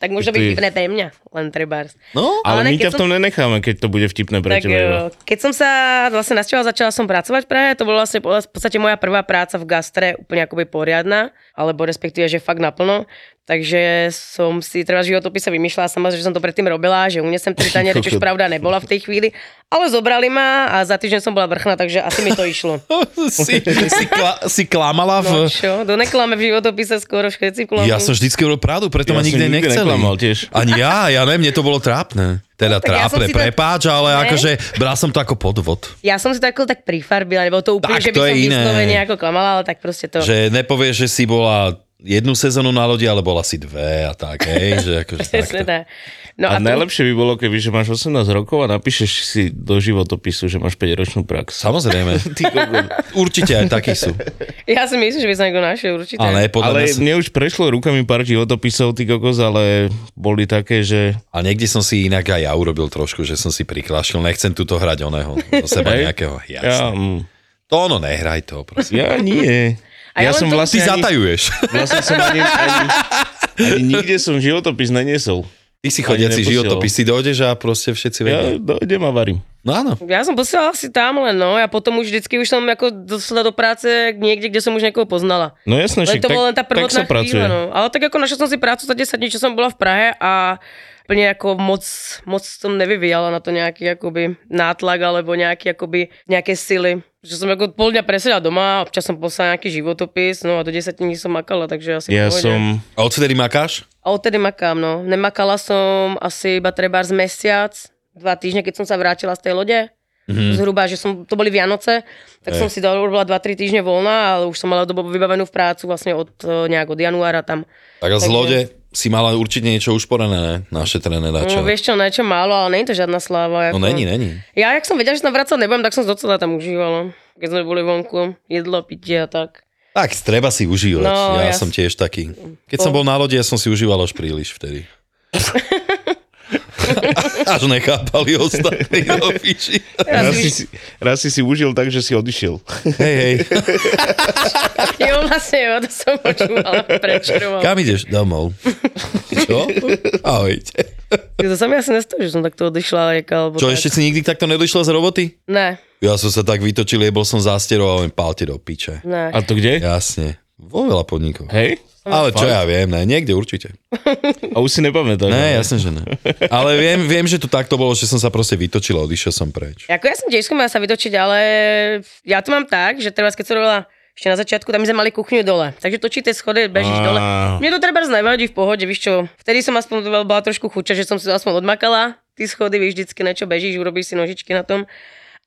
Speaker 3: Tak môže byť
Speaker 5: Ty-
Speaker 3: vtipné pre mňa, len trebárs.
Speaker 4: No,
Speaker 5: Ale,
Speaker 3: Ale
Speaker 5: my
Speaker 3: keď
Speaker 5: ťa v tom nenecháme, keď to bude vtipné pre
Speaker 3: Tak
Speaker 5: teba. iba.
Speaker 3: jo, keď som sa vlastne nasťahovala, začala som pracovať v Prahe, to bola vlastne v podstate moja prvá práca v gastre, úplne akoby poriadna, alebo respektíve, že fakt naplno. Takže som si treba životopise vymýšľala sama, že som to predtým robila, že unesem tri taniere, čo už pravda nebola v tej chvíli, ale zobrali ma a za týždeň som bola vrchná, takže asi mi to išlo.
Speaker 4: si, si, kla, si klamala
Speaker 3: No
Speaker 4: v...
Speaker 3: čo, do nekláme v životopise skoro všetci klamú.
Speaker 4: Ja som vždycky robil pravdu, preto
Speaker 5: Ja
Speaker 4: ma
Speaker 5: som
Speaker 4: nikdy
Speaker 5: nikdy
Speaker 4: nechceli.
Speaker 5: neklamal tiež.
Speaker 4: Ani ja, ja ne, mne to bolo trápne. Teda no,
Speaker 3: tak ja som si
Speaker 4: trápne, ja
Speaker 3: to-
Speaker 4: prepáč, ale
Speaker 3: Ne?
Speaker 4: akože bral som to ako podvod.
Speaker 3: Ja som si to ako tak prifarbila, nebo to úplne,
Speaker 4: Tak
Speaker 3: že by
Speaker 4: to je
Speaker 3: som
Speaker 4: iné.
Speaker 3: vyslovene ako klamala, ale tak proste to...
Speaker 4: Že nepovieš, že si bola jednu sezónu na lodi, ale bola si dve a tak, hej, že akože
Speaker 3: Presne
Speaker 4: takto.
Speaker 3: tak. No a,
Speaker 5: A,
Speaker 3: to,
Speaker 5: najlepšie by bolo, keby že máš 18 rokov a napíšeš si do životopisu, že máš 5-ročnú prax.
Speaker 4: Samozrejme. Určite aj takí sú.
Speaker 3: ja si myslím, že by sa niekto našiel určite.
Speaker 4: Ale podľa
Speaker 5: ale
Speaker 4: ale... Mňa sú...
Speaker 5: mne už prešlo rukami pár životopisov, ty kokos, ale boli také, že...
Speaker 4: A niekde som si inak aj ja urobil trošku, že som si priklášil, nechcem tuto hrať oného, do seba
Speaker 5: Hej.
Speaker 4: nejakého.
Speaker 5: Ja,
Speaker 4: Jasne.
Speaker 5: mm,
Speaker 4: To ono, nehraj to, prosím.
Speaker 5: ja nie.
Speaker 3: A ja
Speaker 5: Ja,
Speaker 3: len
Speaker 5: som
Speaker 3: to-
Speaker 4: Ty
Speaker 5: vlastne ani,
Speaker 4: zatajuješ.
Speaker 5: vlastne som ani, ani, ani nikde som životopis neniesol.
Speaker 4: Ty si chodiaci
Speaker 5: neposielal.
Speaker 4: životopis, ty dojdeš a proste všetci vedia.
Speaker 5: Ja dojdem a varím.
Speaker 4: No áno.
Speaker 3: Ja som posielala si tam len, no, a potom už vždycky už som ako došla do práce niekde, kde som už niekoho poznala.
Speaker 5: No jasné,
Speaker 3: Len
Speaker 5: však
Speaker 3: to
Speaker 5: tak,
Speaker 3: bola len tá
Speaker 5: tak sa
Speaker 3: prvotná
Speaker 5: pracuje.
Speaker 3: chvíľa, no. Ale tak ako našla som si prácu za 10 dní, čo som bola v Prahe a úplne ako moc, moc som nevyvíjala na to nejaký akoby nátlak alebo nejaký akoby nejaké sily. Že som ako pol dňa presedala doma, občas som poslala nejaký životopis, no a do 10 dní som makala, takže asi v
Speaker 5: Ja
Speaker 3: pohode.
Speaker 5: som...
Speaker 4: A odvtedy makáš?
Speaker 3: A odtedy makám, no. Nemakala som asi iba treba z mesiac, dva týždne, keď som sa vrátila z tej lode.
Speaker 4: Mhm.
Speaker 3: Mm-hmm. Zhruba, že som, to boli Vianoce, tak som si dal, urobila 2-3 týždne voľna, ale už som mala dobu vybavenú v prácu vlastne od eh, nejak od januára tam.
Speaker 4: Tak z
Speaker 3: Takže-
Speaker 4: lode si mala určite niečo ušporené, ne? Našetrené na
Speaker 3: No,
Speaker 4: čo?
Speaker 3: vieš čo, niečo málo, ale není to žiadna sláva.
Speaker 4: No
Speaker 3: Ako...
Speaker 4: není, není.
Speaker 3: Ja, jak som vedela, že sa tam vracať nebudem, tak som docela tam užívala. Keď sme boli vonku, jedlo, pitie a tak.
Speaker 4: Tak, treba si užívať.
Speaker 3: No, ja
Speaker 4: ja, som
Speaker 3: s-
Speaker 4: tiež taký. Keď som bol na lode, ja som si užíval až príliš vtedy. až nechápali ostatní do piči.
Speaker 5: Raz si, si- raz si si užil tak, že si odišiel.
Speaker 4: Hej, hej,
Speaker 3: Jo, vlastne, jo, to som počúvala, prečerovala.
Speaker 4: kam ideš? Domov. Čo? Ahojte.
Speaker 3: To sa mi asi nestalo, že som takto odišla, rieka, alebo
Speaker 4: Čo,
Speaker 3: tak.
Speaker 4: ešte si nikdy takto nedošla z roboty?
Speaker 3: Ne,
Speaker 4: Ja som sa tak vytočil, bol som zásterov a len pálte do piče.
Speaker 3: ne.
Speaker 5: A to kde?
Speaker 4: Jasne. Vo veľa podnikov.
Speaker 5: Hej?
Speaker 4: Ale čo ja viem, ne, niekde určite.
Speaker 5: A už si nepamätáš.
Speaker 4: Ne, jasne, že ne. Ale viem, viem, že to takto bolo, že som sa proste vytočil a odišiel som preč.
Speaker 3: Ako ja som tiež skúmala sa vytočiť, ale ja to mám tak, že teraz keď som robila ešte na začiatku, tam my sme mali kuchyňu dole. Takže točí tie schody, bežíš
Speaker 5: Á.
Speaker 3: dole. Mne to treba nevadí v pohode, víš čo. Vtedy som aspoň bola- bola trošku chuča, že som si to aspoň odmakala. Ty schody, vieš, vždycky na čo bežíš, urobíš si nožičky na tom.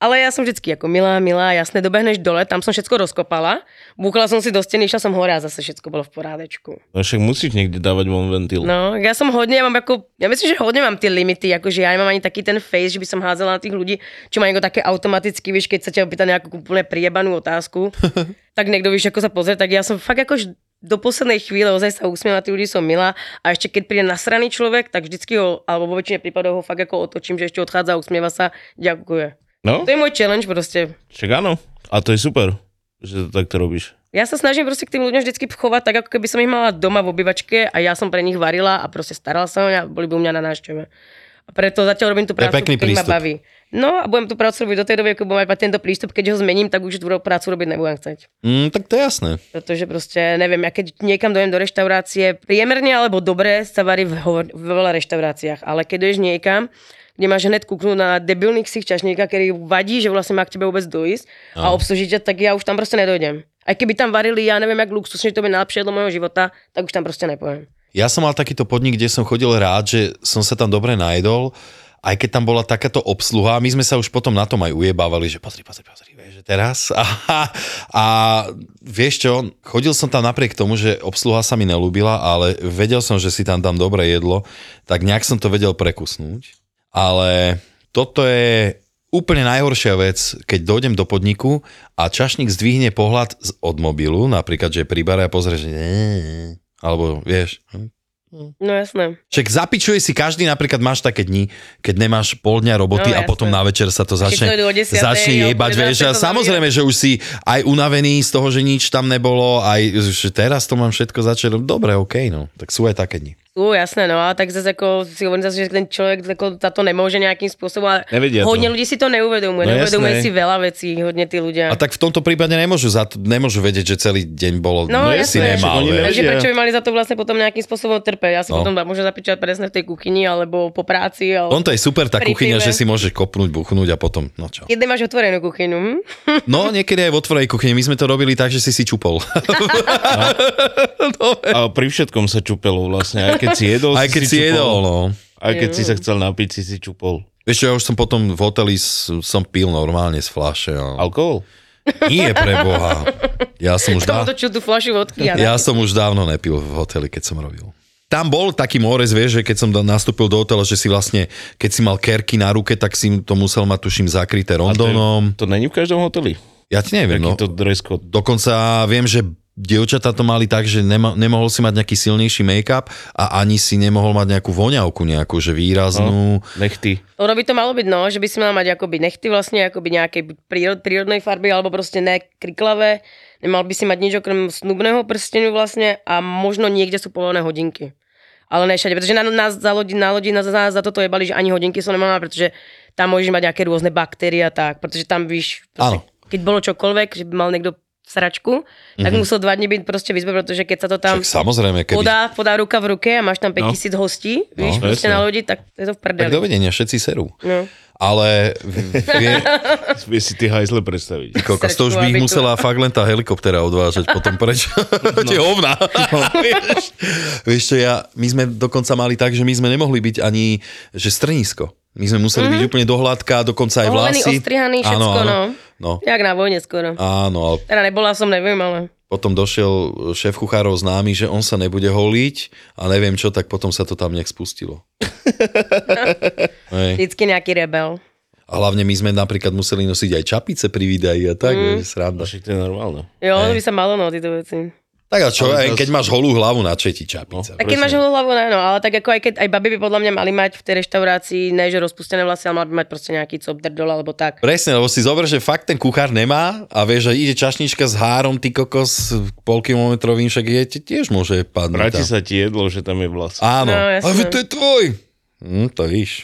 Speaker 3: Ale ja som vždycky ako milá, milá, jasne, dobehneš dole, tam som všetko rozkopala, búkala som si do steny, išla som hore a zase všetko bolo v porádečku.
Speaker 5: No však musíš niekde dávať von ventil.
Speaker 3: No, ja som hodne, ja mám ako, ja myslím, že hodne mám tie limity, akože ja nemám ani taký ten face, že by som házela na tých ľudí, čo má niekto také automaticky, vieš, keď sa ťa opýta nejakú úplne priebanú otázku, tak niekto vieš, ako sa pozrie, tak ja som fakt akož do poslednej chvíle ozaj sa usmiem na tých ľudí, som milá a ešte keď príde nasraný človek, tak vždycky ho, alebo vo väčšine prípadov ho fakt ako otočím, že ešte odchádza, usmieva sa, ďakuje. To
Speaker 5: No,
Speaker 3: je môj challenge proste.
Speaker 5: však áno. A to je super, že to takto robíš.
Speaker 3: Ja sa snažím proste k tým ľuďom vždycky chovať tak, ako keby som ich mala doma v obývačke a ja som pre nich varila a proste starala sa o mňa, boli by u mňa na návšteve. A preto zatiaľ robím tú prácu,
Speaker 4: pekný
Speaker 3: ktorý ma
Speaker 4: prístup.
Speaker 3: baví. No a budem tú prácu robiť do tej doby, ako budem mať tento prístup, keď ho zmením, tak už tú prácu robiť nebudem chcieť.
Speaker 4: Mm, tak to je jasné.
Speaker 3: Pretože proste, neviem, ja keď niekam dojem do reštaurácie, priemerne alebo dobre sa varí v, ho- v veľa reštauráciách, ale keď ideš niekam, kde máš hneď kúknúť na debilných ksich čašníka, ktorý vadí, že vlastne má k tebe vôbec dojsť a obslužiť ťa, tak ja už tam proste nedojdem. Aj keby tam varili, ja neviem, jak luxusne to by najlepšie jedlo mojho života, tak už tam proste nepojem.
Speaker 4: Ja som mal takýto podnik, kde som chodil rád, že som sa tam dobre najedol, aj keď tam bola takáto obsluha, my sme sa už potom na tom aj ujebávali, že pozri, pozri, pozri, vieš, že teraz. A, a vieš čo, chodil som tam napriek tomu, že obsluha sa mi nelúbila, ale vedel som, že si tam dám dobre jedlo, tak nejak som to vedel prekusnúť. Ale toto je úplne najhoršia vec, keď dojdem do podniku a čašník zdvihne pohľad z- od mobilu, napríklad, že pri bare a pozrie, že nie, alebo vieš, hm,
Speaker 3: No jasné.
Speaker 4: Však zapičuje si každý, napríklad máš také dni, keď nemáš pol dňa
Speaker 3: No,
Speaker 4: roboty no, a
Speaker 3: jasné.
Speaker 4: potom na večer sa to začne,
Speaker 3: Všetko ide o 10:00, o
Speaker 4: začne jebať.
Speaker 3: 11:00
Speaker 4: Vieš, a
Speaker 3: to
Speaker 4: samozrejme, že už si aj unavený z toho, že nič tam nebolo, aj že teraz to mám všetko začať. Dobre, OK, no. Tak sú aj také dni.
Speaker 3: Sú, jasné, no a tak zase jako si hovorím zase, že ten človek jako za to nemôže nejakým spôsobom, ale
Speaker 5: Nevedia to.
Speaker 3: hodne ľudí si to neuvedomuje,
Speaker 4: No
Speaker 3: no, neuvedomuje
Speaker 4: jasné.
Speaker 3: si veľa vecí, hodne tí ľudia.
Speaker 4: A tak v tomto prípade nemôžu, za to, nemôžu vedieť, že celý deň bolo...
Speaker 3: No,
Speaker 4: si
Speaker 3: jasné.
Speaker 4: nemal,
Speaker 5: Oni
Speaker 4: vieš.
Speaker 3: Takže
Speaker 5: Vedia.
Speaker 3: prečo by mali za to vlastne potom nejakým spôsobom trpeť? Ja si
Speaker 4: No.
Speaker 3: no. potom môžem zapičovať presne v tej kuchyni alebo po práci. Ale...
Speaker 4: On to je super, tá
Speaker 3: Pri
Speaker 4: kuchyňa,
Speaker 3: pive.
Speaker 4: že si môžeš kopnúť, buchnúť a potom, no čo.
Speaker 3: Kedy máš otvorenú kuchyňu? Hm?
Speaker 4: No, niekedy aj v otvorej kuchyni. My sme to robili tak, že si si čupol.
Speaker 5: A pri všetkom sa čupelo vlastne, aj keď si jedol,
Speaker 4: aj keď si
Speaker 5: čupol.
Speaker 4: jedol, no.
Speaker 5: Aj keď si sa chcel napiť, si si čupol.
Speaker 4: Vieš čo, ja už som potom v hoteli s- som pil normálne z fľaše. A...
Speaker 5: Alkohol?
Speaker 4: Nie pre Boha. Ja som už
Speaker 3: Tam
Speaker 4: dá...
Speaker 3: otočil tú fľašu vodky. Ja,
Speaker 4: Ja som už dávno nepil v hoteli, keď som robil. Tam bol taký mórez, vieš, že keď som do- nastúpil do hotela, že si vlastne, keď si mal kerky na ruke, tak si to musel mať, tuším, zakryté rondonom.
Speaker 5: To není v každom hoteli.
Speaker 4: Ja ti neviem, no.
Speaker 5: Takýto dress code.
Speaker 4: Dokonca viem, že dievčatá to mali tak, že nema, nemohol si mať nejaký silnejší make-up a ani si nemohol mať nejakú voňavku nejakú, že výraznú. No.
Speaker 5: Nechty.
Speaker 3: Ono by to malo byť, no, že by si mala mať akoby nechty vlastne, akoby nejakej buď prírod, prírodnej farby, alebo proste ne kriklavé. Nemal by si mať nič okrem snubného prstenu vlastne a možno niekde sú povolené hodinky. Ale ne všade, pretože na, nás za lodi, na lodi nás, nás za toto jebali, že ani hodinky som nemala, pretože tam môžeš mať nejaké rôzne baktérie a tak, pretože tam víš, proste,
Speaker 4: Áno.
Speaker 3: keď bolo čokoľvek, že by mal niekto sračku, tak musel dva dní byť proste v izbe, pretože keď sa to tam
Speaker 4: Tak samozrejme, keby...
Speaker 3: podá, podá ruka v ruke a máš tam 5000 hostí, víš,
Speaker 5: No,
Speaker 3: proste
Speaker 5: jasné.
Speaker 3: na lodi, tak je to v
Speaker 4: Tak
Speaker 3: prdeli.
Speaker 4: dovedenia, všetci serú.
Speaker 3: No.
Speaker 4: Ale vie,
Speaker 5: Vieš si ty hajzle predstaviť.
Speaker 4: kokos, to už by ich musela fakt len tá helikoptera odvážať potom preč. No. Tie hovna. vieš, vieš čo, ja, my sme dokonca mali tak, že my sme nemohli byť ani, že strnisko. My sme museli mm-hmm. byť úplne dohľadka, dokonca aj
Speaker 3: Oholený,
Speaker 4: vlasy.
Speaker 3: ostrihaný, všetko,
Speaker 4: no.
Speaker 3: Jak na vojne skoro.
Speaker 4: Áno, ale
Speaker 3: Teda nebola som, neviem, ale...
Speaker 4: potom došiel šéf kuchárov známy, že on sa nebude holiť a neviem čo, tak potom sa to tam nech spustilo. Hej.
Speaker 3: Vždycky nejaký rebel.
Speaker 4: A hlavne my sme napríklad museli nosiť aj čapice pri výdaji a tak, mm.
Speaker 5: No,
Speaker 4: sranda.
Speaker 5: Však to je normálne.
Speaker 3: Jo, to by sa malo, no, tieto veci.
Speaker 4: Tak a čo,
Speaker 5: Ale
Speaker 4: aj
Speaker 5: zas-
Speaker 4: keď máš holú hlavu na četi čapice.
Speaker 3: Tak keď máš holú hlavu, ne, no, ale tak ako aj keď aj baby by podľa mňa mali mať v tej reštaurácii, ne, že rozpustené vlasy, ale mali by mať proste nejaký cop drdol alebo tak.
Speaker 4: Presne, lebo si zober, že fakt ten kuchár nemá a vieš, že ide čašnička s három, ty kokos, polkilometrovým, však je, ti tiež môže padnúť.
Speaker 5: Vráti
Speaker 4: tam.
Speaker 5: sa ti jedlo, že tam je vlas. No A,
Speaker 4: Áno,
Speaker 3: No,
Speaker 4: no,
Speaker 3: jasné.
Speaker 4: ale veď to je tvoj. Hm, to víš.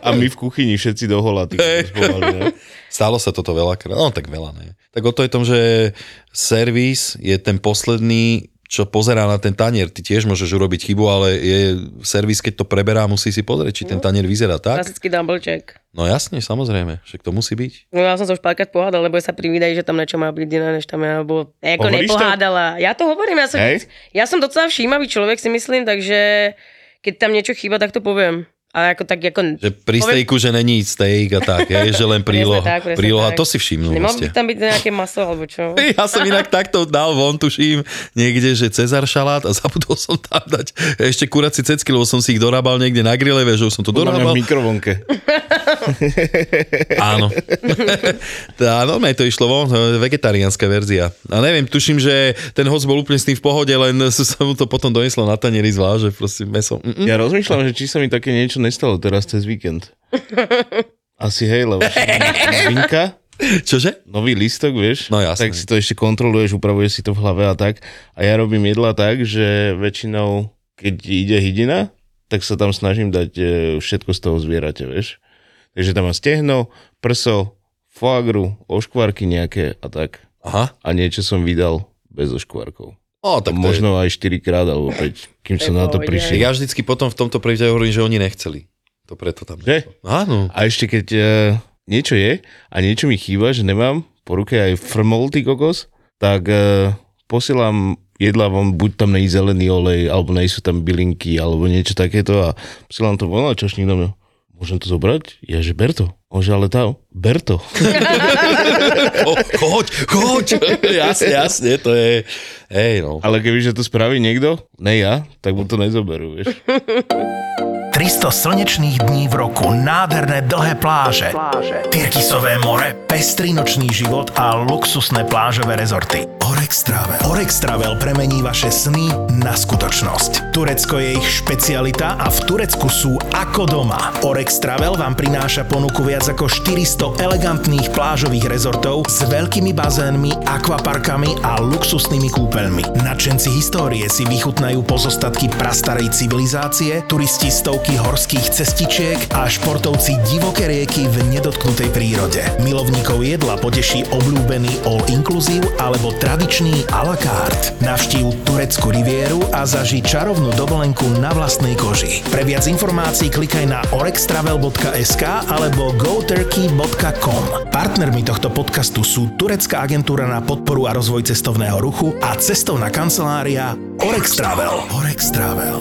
Speaker 5: a my v kuchyni všetci dohola. Ty, spomali, ne?
Speaker 4: Stalo sa toto veľakrát, no tak veľa ne. Tak o to je tom, že servis je ten posledný, čo pozerá na ten tanier. Ty tiež môžeš urobiť chybu, ale je servis, keď to preberá, musí si pozrieť, či
Speaker 3: Mhm.
Speaker 4: ten tanier vyzerá tak.
Speaker 3: Klasický double check.
Speaker 4: No jasne, samozrejme, však to musí byť.
Speaker 3: No ja som sa už párkrát pohádala, lebo sa privídaj, že tam niečo má byť iné, než tam ja, lebo ako
Speaker 5: Hovoríš to?
Speaker 3: nepohádala. Ja to hovorím, ja som,
Speaker 5: Hej.
Speaker 3: ja som docela všímavý človek, si myslím, takže keď tam niečo chýba, tak to poviem. Ale ako tak, ako...
Speaker 4: Že pri
Speaker 3: Poviem-
Speaker 4: stejku, že není steak a tak, hej, že len príloha.
Speaker 3: tak, presne
Speaker 4: príloha,
Speaker 3: tak.
Speaker 4: to si všimnú.
Speaker 3: Nemal by
Speaker 4: Vlastne.
Speaker 3: tam byť nejaké maso alebo čo?
Speaker 4: Ja som inak takto dal von, tuším, niekde, že Cezar šalát a zabudol som tam dať ešte kuraci cecky, lebo som si ich dorábal niekde na grille, vieš, že už som to
Speaker 5: Podľa mňa v
Speaker 4: dorábal.
Speaker 5: mikrovonke.
Speaker 4: Áno. tá, normálne to išlo von, to je vegetariánska verzia. A neviem, tuším, že ten host bol úplne s tým v pohode, len sa mu to potom doneslo na tanieri zvlášť, že proste meso. Mm, Mm-mm.
Speaker 5: Ja rozmýšľam, že či sa mi také niečo nestalo teraz cez víkend. Asi hej, lebo však vinka,
Speaker 4: Čože?
Speaker 5: nový listok, vieš,
Speaker 4: No jasné.
Speaker 5: tak si to ešte kontroluješ, upravuješ si to v hlave a tak. A ja robím jedla tak, že väčšinou, keď ide hydina, tak sa tam snažím dať e, všetko z toho zvierate, vieš. Takže tam mám stehno, prso, foagru, oškvarky nejaké a tak.
Speaker 4: Aha.
Speaker 5: A niečo som vydal bez oškvarkov.
Speaker 4: O, tak to je-
Speaker 5: Možno aj 4 krát alebo 5, kým som na to
Speaker 3: pohode.
Speaker 5: prišiel.
Speaker 4: Ja vždycky potom v tomto prejde hovorím, že oni nechceli. To preto tam
Speaker 5: Že?
Speaker 4: nešlo. Áno.
Speaker 5: A ešte keď e, niečo je a niečo mi chýba, že nemám po ruke aj frmol, ty kokos, tak e, posielam jedla von, buď tam není zelený olej, alebo nej sú tam bylinky, alebo niečo takéto a posielam to von a čašník na mňa. Môžem to zobrať? Ja, že ber to. On že ale tá, ber to.
Speaker 4: O, choď, choď. jasne, jasne, to je... Hej, no.
Speaker 5: Ale keby že to spraví niekto, ne ja, tak mu to nezoberú, vieš.
Speaker 1: 300 slnečných dní v roku, nádherné dlhé pláže, Tyrkisové more, pestrý nočný život a luxusné plážové rezorty. Orex Travel. Orex Travel premení vaše sny na skutočnosť. Turecko je ich špecialita a v Turecku sú ako doma. Orex Travel vám prináša ponuku viac ako 400 elegantných plážových rezortov s veľkými bazénmi, akvaparkami a luxusnými kúpeľmi. Nadšenci histórie si vychutnajú pozostatky prastarej civilizácie, turisti stovky horských cestičiek a športovci divoké rieky v nedotknutej prírode. Milovníkov jedla poteší obľúbený all inclusive alebo tradičný a la carte. Navštív Tureckú rivieru a zaži čarovnú dovolenku na vlastnej koži. Pre viac informácií klikaj na orextravel.sk alebo goturkey.com. Partnermi tohto podcastu sú Turecká agentúra na podporu a rozvoj cestovného ruchu a cestovná kancelária Orex Travel. Orex Travel.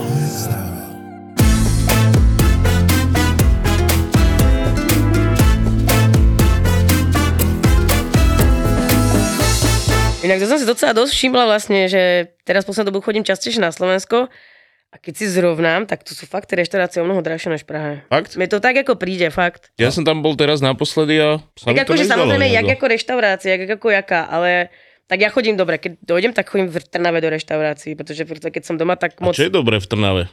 Speaker 3: Inak to som si docela dosť všimla vlastne, že teraz poslednú dobu chodím častejšie na Slovensko a keď si zrovnám, tak tu sú fakt tie reštaurácie o mnoho drahšie než v Prahe.
Speaker 5: Fakt?
Speaker 3: Mne to tak ako príde, fakt.
Speaker 5: Ja som tam bol teraz naposledy a sa mi
Speaker 3: Tak
Speaker 5: to
Speaker 3: akože
Speaker 5: nezdalo
Speaker 3: samozrejme, jak
Speaker 5: nejako.
Speaker 3: ako reštaurácia, jak ako jaká, ale tak ja chodím dobre, keď dojdem, tak chodím v Trnave do reštaurácií, pretože proste keď som doma, tak
Speaker 5: A
Speaker 3: moc...
Speaker 5: čo je dobré v Trnave?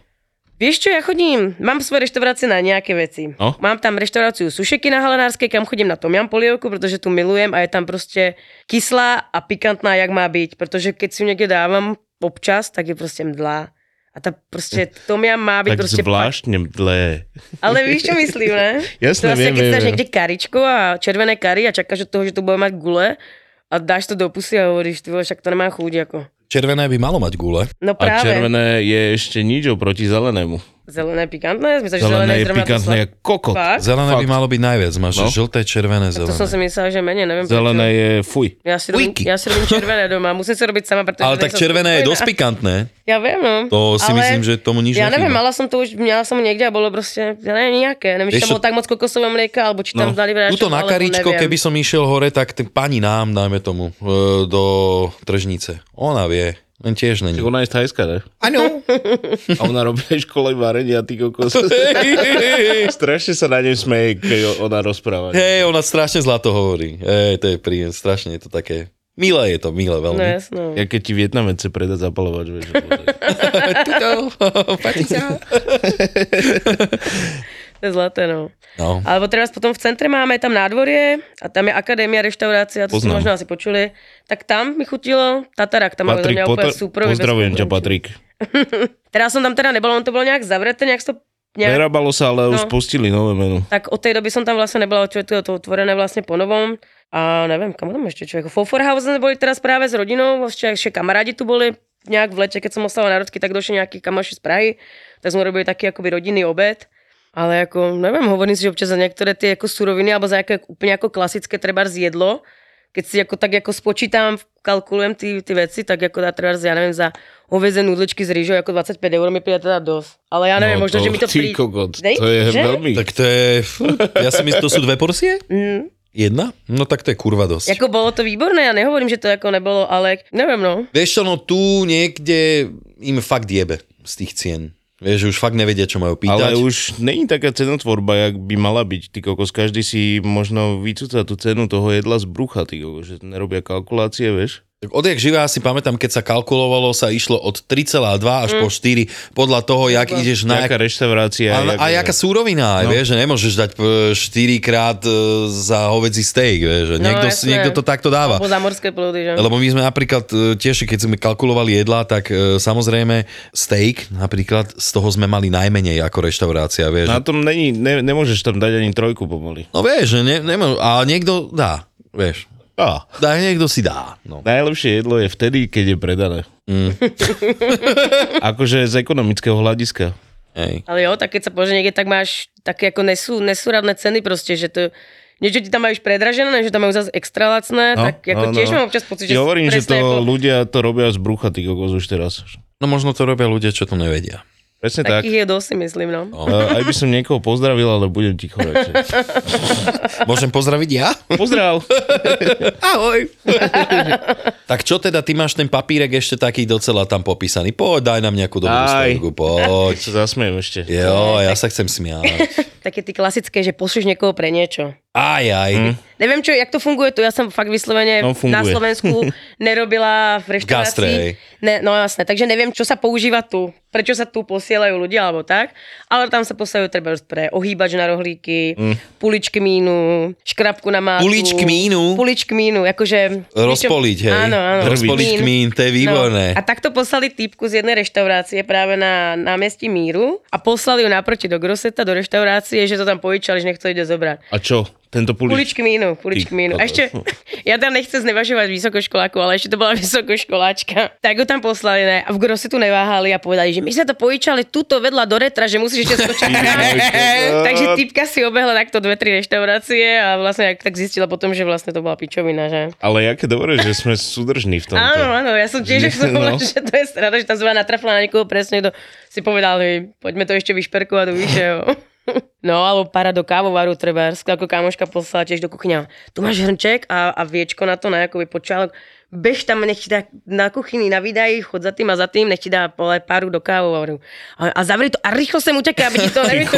Speaker 3: Vieš čo, ja chodím, mám svoje reštaurácie na nejaké veci.
Speaker 5: No.
Speaker 3: Mám tam reštauráciu sušeky na Halenárskej, kam chodím na Tomiam polievku, pretože tu milujem a je tam proste kyslá a pikantná, jak má byť. Pretože keď si ju niekde dávam občas, tak je proste mdlá. A tá proste Tomiam má byť
Speaker 5: Tak
Speaker 3: proste...
Speaker 5: zvláštne dlé.
Speaker 3: Ale vieš, čo myslím, ne?
Speaker 5: Jasné,
Speaker 3: to vlastne,
Speaker 5: viem,
Speaker 3: keď
Speaker 5: viem,
Speaker 3: dáš
Speaker 5: viem.
Speaker 3: niekde karičko a červené kary a čakáš od toho, že tu bude mať gule a dáš to do pusy a hovoríš, ty vole, však to nemá chuť, ako.
Speaker 4: Červené by malo mať gule.
Speaker 3: No
Speaker 5: A
Speaker 3: práve,
Speaker 5: červené je ešte nič oproti zelenému.
Speaker 3: zelené je pikantné, ja som myslela, že zelené,
Speaker 5: Zelené je
Speaker 3: zrovna to
Speaker 5: pikantné
Speaker 3: sla-
Speaker 5: jak kokot.
Speaker 3: Fakt?
Speaker 4: Zelené by malo byť najviac. Máš
Speaker 5: No.
Speaker 4: no. žlté, červené,
Speaker 3: To
Speaker 4: zelené.
Speaker 3: som si myslela, že menej, neviem
Speaker 5: Zelené
Speaker 3: prečo.
Speaker 5: je fuj.
Speaker 3: Ja si, robím,
Speaker 4: Ujky.
Speaker 3: ja si robím červené doma, musím si robiť sama, pretože...
Speaker 4: Ale
Speaker 3: nie
Speaker 4: tak
Speaker 3: som
Speaker 4: červené je
Speaker 3: spokojná.
Speaker 4: dosť pikantné.
Speaker 3: Ja viem, no.
Speaker 4: To si
Speaker 3: Ale
Speaker 4: myslím, že tomu nič
Speaker 3: Ja neviem,
Speaker 4: nechýba.
Speaker 3: mala som to už, mala som niekde a bolo proste, ja neviem, nejaké. Neviem, či
Speaker 4: Vieš
Speaker 3: tam
Speaker 4: čo-
Speaker 3: bolo tak moc kokosového mlieka, alebo či tam
Speaker 5: No.
Speaker 3: dali vráčku,
Speaker 4: Tuto na karičko, keby som išiel hore, tak ten pani nám, dajme tomu, e, do tržnice. Ona vie, len tiež není.
Speaker 5: Ona je z Thajska, ne?
Speaker 4: Áno.
Speaker 5: A ona robí aj škole varenia, ty kokos. Strašne sa na ňu smeje, keď ona rozpráva.
Speaker 4: Hej, ona strašne zlato hovorí. Hej, to je príjem, strašne je to také... Milé je to, milé
Speaker 3: No
Speaker 4: veľmi.
Speaker 3: jasno.
Speaker 5: Ja keď ti Vietnamec chce predať zapalovač, vieš. že to je.
Speaker 4: Tuto, páči sa.
Speaker 3: To je zlaté, no.
Speaker 4: No.
Speaker 3: Alebo teraz potom v centre máme tam nádvorie a tam je akadémia reštaurácia, to ste
Speaker 5: Poznám.
Speaker 3: možno asi počuli. Tak tam mi chutilo Tatarak, tam majú za
Speaker 5: Patrik,
Speaker 3: mňa úplne
Speaker 5: potra-
Speaker 3: super.
Speaker 5: pozdravujem
Speaker 3: bez
Speaker 5: ťa,
Speaker 3: konkurencie.
Speaker 5: Patrik.
Speaker 3: Teraz som tam teda nebola, on to bolo nejak zavreté, nejak si to... Nejak...
Speaker 5: Prerábalo sa, ale
Speaker 3: No.
Speaker 5: už spustili nové menu.
Speaker 3: Tak od tej doby som tam vlastne nebola, čo je tu to otvorené vlastne po novom. A neviem, kam tam ešte človek. Foforhausen boli teraz práve s rodinou, ešte, ešte kamarádi tu boli nejak v lete, keď som ostala na rodky, tak došli nejakí kamoši z Prahy, tak sme robili taký akoby rodinný obed. Ale ako, neviem, hovorím si, že občas za niektoré tie ako suroviny alebo za nejaké úplne ako klasické treba zjedlo, keď si ako tak ako spočítam, kalkulujem ty, ty veci, tak ako dá treba, ja neviem, za hovedze nudličky s rýžou ako 25 eur mi príde teda dosť. Ale
Speaker 5: No,
Speaker 3: ja neviem, možno, že mi to
Speaker 5: ty
Speaker 3: príde.
Speaker 5: kokot,
Speaker 3: Dej,
Speaker 5: to je
Speaker 3: že?
Speaker 5: veľmi...
Speaker 4: Tak to je... Ja si myslím, to sú dve porcie?
Speaker 3: Mm.
Speaker 4: Jedna? No tak to je kurva dosť.
Speaker 3: Jako bolo to výborné, ja nehovorím, že to ako nebolo, ale neviem no.
Speaker 4: Vieš čo, no tu niekde im fakt jebe z tých cien. Vieš, že už fakt nevedia, čo majú pýtať.
Speaker 5: Ale už není taká cenotvorba, jak by mala byť. Ty kokos, každý si možno vycúca tú cenu toho jedla z brucha, ty kokos, že nerobia kalkulácie, vieš?
Speaker 4: Tak Odjak živá si pamätám, keď sa kalkulovalo, sa išlo od 3,2 až
Speaker 3: Hm.
Speaker 4: po 4, podľa toho, jak ideš
Speaker 3: No
Speaker 4: na...
Speaker 5: Jaká
Speaker 4: Jak...
Speaker 5: reštaurácia. akože-
Speaker 4: A, a jaká súrovina, aj,
Speaker 5: No.
Speaker 4: vieš, že nemôžeš dať 4 krát e, za hovedzí steak, vieš, že
Speaker 3: No,
Speaker 4: niekto,
Speaker 3: jasné.
Speaker 4: si, niekto to takto dáva.
Speaker 3: Po zamorské plody, že?
Speaker 4: Lebo my sme napríklad e, tiež, keď sme kalkulovali jedlá, tak e, samozrejme steak napríklad, z toho sme mali najmenej ako reštaurácia, vieš.
Speaker 5: Na tom není, ne, nemôžeš tam dať ani trojku pomaly.
Speaker 4: No vieš, že ne, nemá, a niekto dá, vieš.
Speaker 5: Á.
Speaker 4: Dá, niekto si dá. No.
Speaker 5: Najlepšie jedlo je vtedy, keď je predané.
Speaker 3: Mm.
Speaker 5: akože z ekonomického hľadiska.
Speaker 4: Hej.
Speaker 3: Ale jo, tak keď sa pože niekde, tak máš také ako nesú, nesúradné ceny proste, že to niečo ti tam majú už predražené, že tam majú zase extra lacné, no, tak ako no, tiež mám občas pocit, že...
Speaker 5: Ti hovorím, že
Speaker 3: presne
Speaker 5: to
Speaker 3: ako-
Speaker 5: ľudia to robia z brucha, ty kokos, už teraz.
Speaker 4: No možno to robia ľudia, čo to nevedia.
Speaker 5: Presne tak.
Speaker 3: Takých je dosť, si myslím, no.
Speaker 5: Uh, aj by som niekoho pozdravil, ale budem ticho radšej.
Speaker 4: Môžem pozdraviť ja?
Speaker 5: Pozdrav!
Speaker 3: Ahoj.
Speaker 4: Tak čo teda, ty máš ten papírek ešte taký docela tam popísaný. Poď, daj nám nejakú dobrú
Speaker 5: Aj.
Speaker 4: storku, poď.
Speaker 5: Sa zasmiem ešte.
Speaker 4: Jo, ja sa chcem smiať.
Speaker 3: Také ty klasické, že pošleš niekoho pre niečo.
Speaker 4: Aj, aj.
Speaker 3: Neviem, čo, jak to funguje tu, ja som fakt vyslovene
Speaker 5: No, funguje.
Speaker 3: na Slovensku nerobila v
Speaker 4: gastre, hej.
Speaker 3: reštaurácii. Ne, no jasné, takže neviem, čo sa používa tu, prečo sa tu posielajú ľudia alebo tak, ale tam sa posielajú treba pre ohýbač na rohlíky, mm. pulič kmínu, škrabku na máku.
Speaker 4: Pulič kmínu?
Speaker 3: Pulič kmínu, akože...
Speaker 4: Rozpoliť, hej.
Speaker 3: Áno, áno.
Speaker 4: Rozpoliť kmín, to je výborné.
Speaker 3: No. A takto poslali týpku z jednej reštaurácie práve na námestí Míru a poslali ju naproti do Groseta, do reštaurácie, že to tam pojičali, že niekto ide zobrať.
Speaker 5: A čo? Tento
Speaker 3: Pulič
Speaker 5: pulič?
Speaker 3: k mínu, pulič
Speaker 5: Ty
Speaker 3: k mínu. A
Speaker 5: kokos.
Speaker 3: ešte, ja tam nechcem znevažovať vysokoškoláku, ale ešte to bola vysokoškoláčka. Tak ho tam poslali, ne? A v Grose tu neváhali a povedali, že my sme to pojičali tuto vedľa do retra, že musíš ešte skočiť. tam. Takže typka si obehla takto dve, tri reštaurácie a vlastne tak zistila potom, že vlastne to bola pičovina, že?
Speaker 5: Ale aké dobré, že sme súdržní v tomto.
Speaker 3: Áno, áno, ja som tiež, že, som
Speaker 5: No.
Speaker 3: no. že to je strana, že tam sme natrafila na niekoho presne, kto si povedal, že poďme to ešte vyšperkovať do vyššie. jo. No, alebo para do kávovaru treba, ako kamoška poslala tiež do kuchyňa. Tu máš hrnček a, a viečko na to, na jakoby počálok. Bež tam, nech ti dá na kuchyni, na výdaji, chod za tým a za tým, nech ti dá pole paru do kávovaru. A, a zavri to a rýchlo sem uteká, aby ti to nevyto...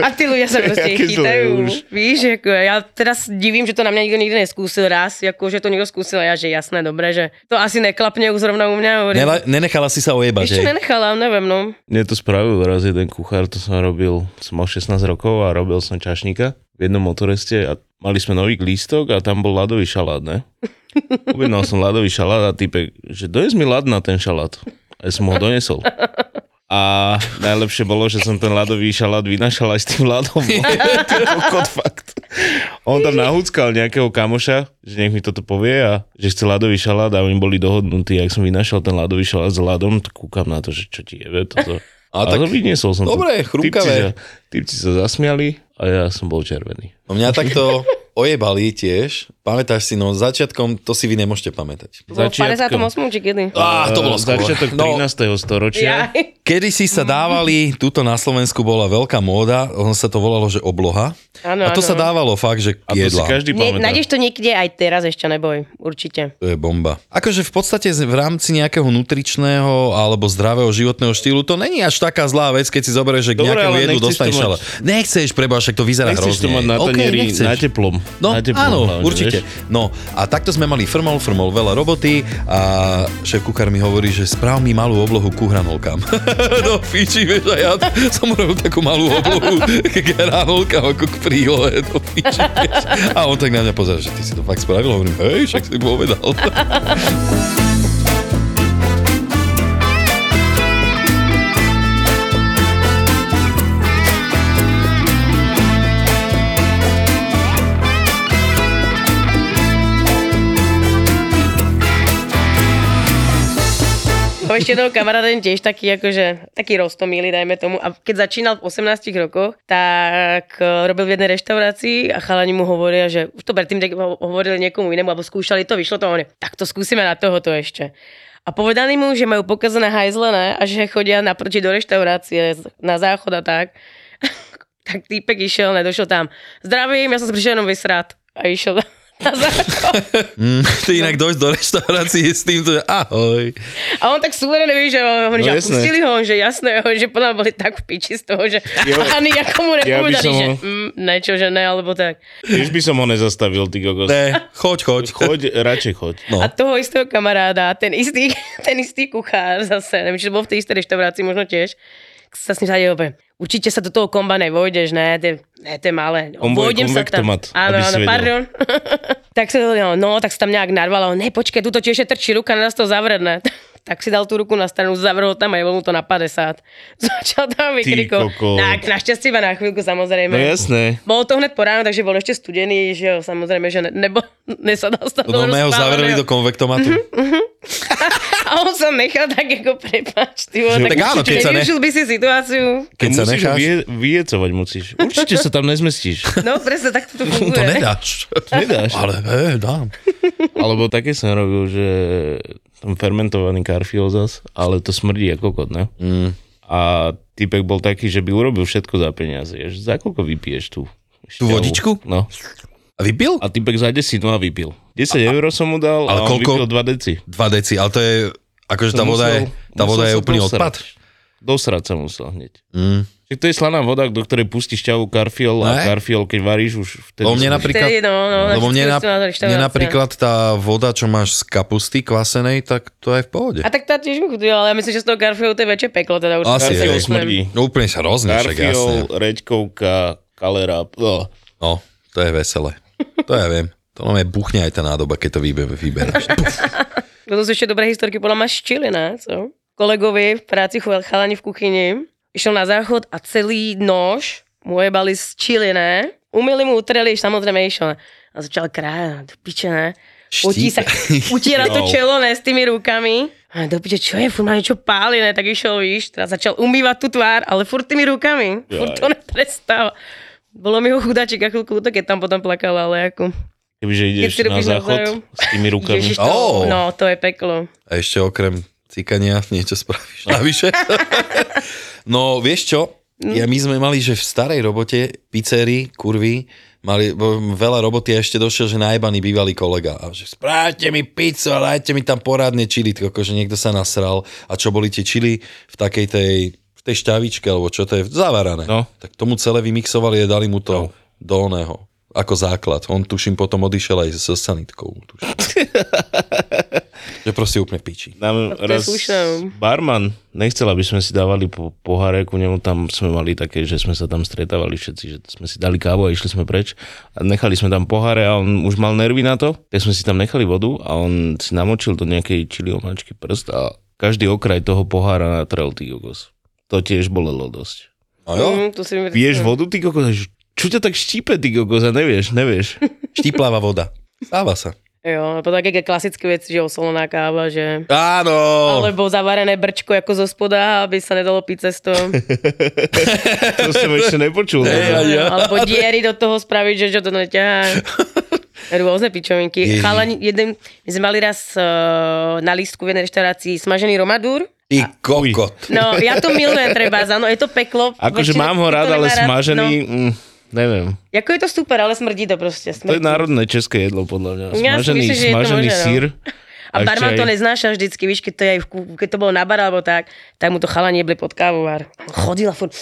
Speaker 3: A tí ľudia sa proste
Speaker 5: Aké zlé
Speaker 3: chytajú.
Speaker 5: už.
Speaker 3: Víš, ako ja teraz divím, že to na mňa nikto nikdy neskúsil raz, ako že to nikto skúsil a ja, že jasné, dobre, že to asi neklapne už zrovna u mňa. Hovorím.
Speaker 4: Nela, nenechala si sa ojebať,
Speaker 3: Ešte
Speaker 4: že?
Speaker 3: nenechala, neviem, no.
Speaker 5: Mne to spravil raz jeden kuchár, to som robil, som mal 16 rokov a robil som čašníka v jednom motoreste a mali sme nový lístok a tam bol ľadový šalát, ne? Objednal som ľadový šalát a typek, že dojes mi ľad na ten šalát. A ja som ho donesol. A najlepšie bolo, že som ten ľadový šalát vynašal aj s tým ľadom. Kot fakt. On tam nahúckal nejakého kamoša, že nech mi toto povie a že chce ľadový šalát a oni boli dohodnutí. Ak som vynašal ten ľadový šalát s ľadom, t- kúkam na to, že čo ti jebe toto. A,
Speaker 4: A tak-
Speaker 5: tak... vyniesol som
Speaker 4: Dobre,
Speaker 5: to.
Speaker 4: chrúkavé.
Speaker 5: Typci sa, typci sa zasmiali a ja som bol červený.
Speaker 4: No mňa takto ojebali tiež. Pamätáš si, no začiatkom, to si vy nemôžete pamätať.
Speaker 3: To bolo v
Speaker 5: Začiatkom.
Speaker 3: 58. či kedy.
Speaker 4: Á, to
Speaker 5: Eh,
Speaker 4: bolo skôr.
Speaker 5: Začiatok
Speaker 4: No.
Speaker 5: 13. storočia.
Speaker 3: Ja.
Speaker 4: Kedy si sa dávali, tuto na Slovensku bola veľká móda, ono sa to volalo, že obloha.
Speaker 3: Áno,
Speaker 4: a to
Speaker 3: áno.
Speaker 4: sa dávalo fakt, že
Speaker 5: A to si
Speaker 4: jedla.
Speaker 5: každý
Speaker 3: Nie,
Speaker 5: pamätá.
Speaker 3: nájdeš to niekde aj teraz ešte, neboj, určite.
Speaker 4: To je bomba. Akože v podstate z- v rámci nejakého nutričného alebo zdravého životného štýlu to není až taká zlá vec, keď si zoberieš, že k
Speaker 5: Dobre,
Speaker 4: nejakému
Speaker 5: ale
Speaker 4: jedu
Speaker 5: nechceš to
Speaker 4: dostaneš
Speaker 5: mať-
Speaker 4: ale... Nechceš, preba, však to vyzerá
Speaker 5: Nechceš
Speaker 4: hrozne.
Speaker 5: to mať na
Speaker 4: Okej,
Speaker 5: tanieri,
Speaker 4: nechceš.
Speaker 5: na teplom.
Speaker 4: No,
Speaker 5: na teplom
Speaker 4: áno,
Speaker 5: hlavne,
Speaker 4: určite.
Speaker 5: vieš?
Speaker 4: No, a takto sme mali frmol, frmol, veľa roboty a šéf kuchár mi hovorí, že správ mi malú oblohu ku hranolkám. no, fíči, vieš, a ja som robil takú malú oblohu k hranolkám ako k prílohe, to fíči, vieš. A on tak na mňa pozerá, že ty si to fakt spravil, hovorím, hej, však si povedal.
Speaker 3: Mám ešte jedného kamaráda, ten tiež taký, akože, taký roztomilý, dajme tomu. A keď začínal v 18 rokoch, tak e, robil v jednej reštaurácii a chalani mu hovoria, že už to predtým tak ho- hovorili niekomu inému, alebo skúšali to, vyšlo to, a on je, tak to skúsime na tohoto ešte. A povedali mu, že majú pokazané hajzle, ne? a že chodia naproti do reštaurácie, z- na záchod a tak. tak týpek išiel, nedošiel tam. Zdravím, ja som sa prišiel jenom vysrať. A išiel na záchod.
Speaker 4: Mm, ty inak dojsť do reštaurácie s týmto, že ahoj.
Speaker 3: A on tak suverénne vie, že hovorí,
Speaker 5: No
Speaker 3: že a
Speaker 5: jasné.
Speaker 3: pustili ho, že jasné, že podľa mňa boli tak v piči z toho, že ani jakomu
Speaker 5: ja by
Speaker 3: nepovedali,
Speaker 5: som
Speaker 3: že
Speaker 5: ho-
Speaker 3: mm, nečo, že ne, alebo tak.
Speaker 5: Tiež by som ho nezastavil, ty kokos.
Speaker 4: Ne, choď, choď.
Speaker 5: Choď, radšej choď.
Speaker 4: No.
Speaker 3: A toho istého kamaráda, ten istý, ten istý kuchár zase, neviem, či to bol v tej istej reštaurácii, možno tiež, sa s ním zade obe. Určite sa do toho komba nevojdeš, ne, to je, ne, to je malé. no,
Speaker 5: On bude
Speaker 3: Vojdem sa tam.
Speaker 5: konvektomat,
Speaker 3: Áno,
Speaker 5: aby si
Speaker 3: áno,
Speaker 5: vedel.
Speaker 3: pardon. tak sa no, no, tak sa tam nejak narvalo, ne, počkaj, tuto tiež je trčí ruka, na nás to zavredne. tak si dal tú ruku na stranu, zavrel ho tam a jebol mu to na 50. Začal tam vykrikovať.
Speaker 5: kokos.
Speaker 3: Tak, našťastie iba na chvíľku, samozrejme.
Speaker 5: No jasné.
Speaker 3: Bolo to hned po ráno, takže bol ešte studený, že jo, samozrejme, že ne, nebo, nesadal sa
Speaker 4: No, mňa ho zavreli do konvektomatu.
Speaker 3: A on sa nechal tak ako prepáč, ty vole,
Speaker 4: Že-
Speaker 3: tak,
Speaker 4: tak áno, keď sa ne-
Speaker 3: nevyužil by si situáciu.
Speaker 4: Keď sa
Speaker 5: musíš ho
Speaker 4: necháš,
Speaker 5: Vie, vyjecovať musíš. Určite sa tam nezmestíš.
Speaker 3: No presne, tak to funguje.
Speaker 4: to nedáš.
Speaker 5: Nedáš.
Speaker 4: Ale hej, dám.
Speaker 5: Alebo také som robil, že tam fermentovaný karfiozas, ale to smrdí ako kokot, ne? Mm. A A typek bol taký, že by urobil všetko za peniaze. Ja, že za koľko vypiješ tú? šťavu?
Speaker 4: vodičku?
Speaker 5: No.
Speaker 4: A vypil?
Speaker 5: A typek za 10, no a vypil. 10 eur som mu dal a
Speaker 4: Ale
Speaker 5: on
Speaker 4: koľko?
Speaker 5: vypil 2 deci.
Speaker 4: 2 deci, ale to je, akože
Speaker 5: To
Speaker 4: tá voda je,
Speaker 5: musel-
Speaker 4: tá
Speaker 5: musel
Speaker 4: voda je
Speaker 5: sa
Speaker 4: úplný
Speaker 5: dosrať.
Speaker 4: odpad.
Speaker 5: Dosrať sa musel hneď.
Speaker 4: Mm.
Speaker 5: Čiže to je slaná voda, do ktorej pustíš ťavu karfiol a
Speaker 4: Ne.
Speaker 5: karfiol, keď varíš už vtedy...
Speaker 4: Lebo mne
Speaker 5: sa-
Speaker 4: napríklad,
Speaker 3: Vtedy, no, no,
Speaker 4: lebo mne,
Speaker 3: na-
Speaker 4: na, mne
Speaker 3: reštaurácia.
Speaker 4: napríklad tá voda, čo máš z kapusty kvasenej, tak to je v pohode.
Speaker 3: A tak tá tiež mi chudila, ale ja myslím, že z toho Garfieldu to je väčšie peklo. Teda určite. Ja
Speaker 4: Asi je.
Speaker 5: Karfiol
Speaker 3: si myslím.
Speaker 5: smrdí.
Speaker 4: No, úplne sa rozneš, však jasne.
Speaker 5: Karfiol, reďkovka, kalera. No.
Speaker 4: No, to je veselé. To ja viem. To nám je buchne aj tá nádoba, keď to vybe- vyberáš. Puf.
Speaker 3: To sú ešte dobré historky, podľa ma z Čile, ne? Co? Kolegovi v práci chval- chalani v kuchyni, išiel na záchod a celý nož mu jebali z Čile, ne? Umili mu, utreli, samozrejme išiel. ne? A začal krájať, do piče, ne? Utí sa, utiera to
Speaker 5: Wow.
Speaker 3: čelo, ne, s tými rukami. A do piče, čo je, furt ma niečo páli, ne? Tak išiel, víš, teda začal umývať tú tvár, ale furt tými rukami. Furt to neprestáva. Bolo mi ho chudáčik a chvíľku to, keď tam potom plakal, ale ako...
Speaker 5: Kebyže ideš
Speaker 3: si
Speaker 5: na
Speaker 3: robíš navzájom.
Speaker 5: záchod s tými rukami.
Speaker 3: Ježiš, to,
Speaker 4: Au.
Speaker 3: no, to je peklo.
Speaker 4: A ešte okrem cikania niečo spravíš navyše. no, vieš čo? Ja, my sme mali, že v starej robote pizzerii, kurvy, mali bo- veľa roboty a ešte došiel, že najebaný bývalý kolega. A že správte mi pizzu a dajte mi tam porádne čili, tko, že niekto sa nasral. A čo boli tie čili v takej tej, v tej šťavičke, alebo čo to je, zavarané.
Speaker 5: No.
Speaker 4: Tak tomu celé vymixovali a dali mu to do oného ako základ. On tuším potom odišiel aj so sanitkou. Tuším. že proste úplne piči.
Speaker 5: Nám
Speaker 3: je
Speaker 5: raz
Speaker 3: slušné.
Speaker 5: barman nechcel, aby sme si dávali po poháre ku nemu, tam sme mali také, že sme sa tam stretávali všetci, že sme si dali kávu a išli sme preč a nechali sme tam poháre a on už mal nervy na to, tak sme si tam nechali vodu a on si namočil do nejakej čili omáčky prst a každý okraj toho pohára natrel ty kokos. To tiež bolelo dosť.
Speaker 4: No jo,
Speaker 3: Mm, to si mi
Speaker 5: Piješ vodu ty kokos, a že čo ťa tak štípe ty kokos a nevieš, nevieš.
Speaker 4: Štipláva voda. Stáva sa.
Speaker 3: Jo, a potom také klasické veci, že osolená káva, že...
Speaker 4: Áno.
Speaker 5: Oh.
Speaker 3: Alebo zavarené brčko ako zo spoda, aby sa nedalo piť cez to.
Speaker 5: To som ešte nepočul.
Speaker 4: Hej,
Speaker 3: No, Alebo diery do toho spraviť, že čo to neťahá. Rôzne pičovinky.
Speaker 4: Ježiš.
Speaker 3: Chalani, jeden, my sme mali raz uh, na lístku v jednej reštaurácii smažený romadúr.
Speaker 4: Ty kokot.
Speaker 3: No, ja to milujem treba, áno, je to peklo.
Speaker 5: Akože
Speaker 3: Väčšina
Speaker 5: mám ho
Speaker 3: ľudí to
Speaker 5: rád,
Speaker 3: nemá
Speaker 5: ale smažený, mm, neviem.
Speaker 3: No, ako je to super, ale smrdí to proste.
Speaker 5: To je
Speaker 3: Smrdí.
Speaker 5: národné české jedlo, podľa mňa.
Speaker 3: Ja si
Speaker 5: Smažený,
Speaker 3: myslím, že je to
Speaker 5: smažený
Speaker 3: možné, no.
Speaker 5: sír.
Speaker 3: A
Speaker 5: ešte
Speaker 3: barman
Speaker 5: aj-
Speaker 3: to neznáša vždycky, víš, keď to, je aj v, ku- keď to bolo na bar alebo tak, tak mu to chalani jebli pod kávu a chodila furt,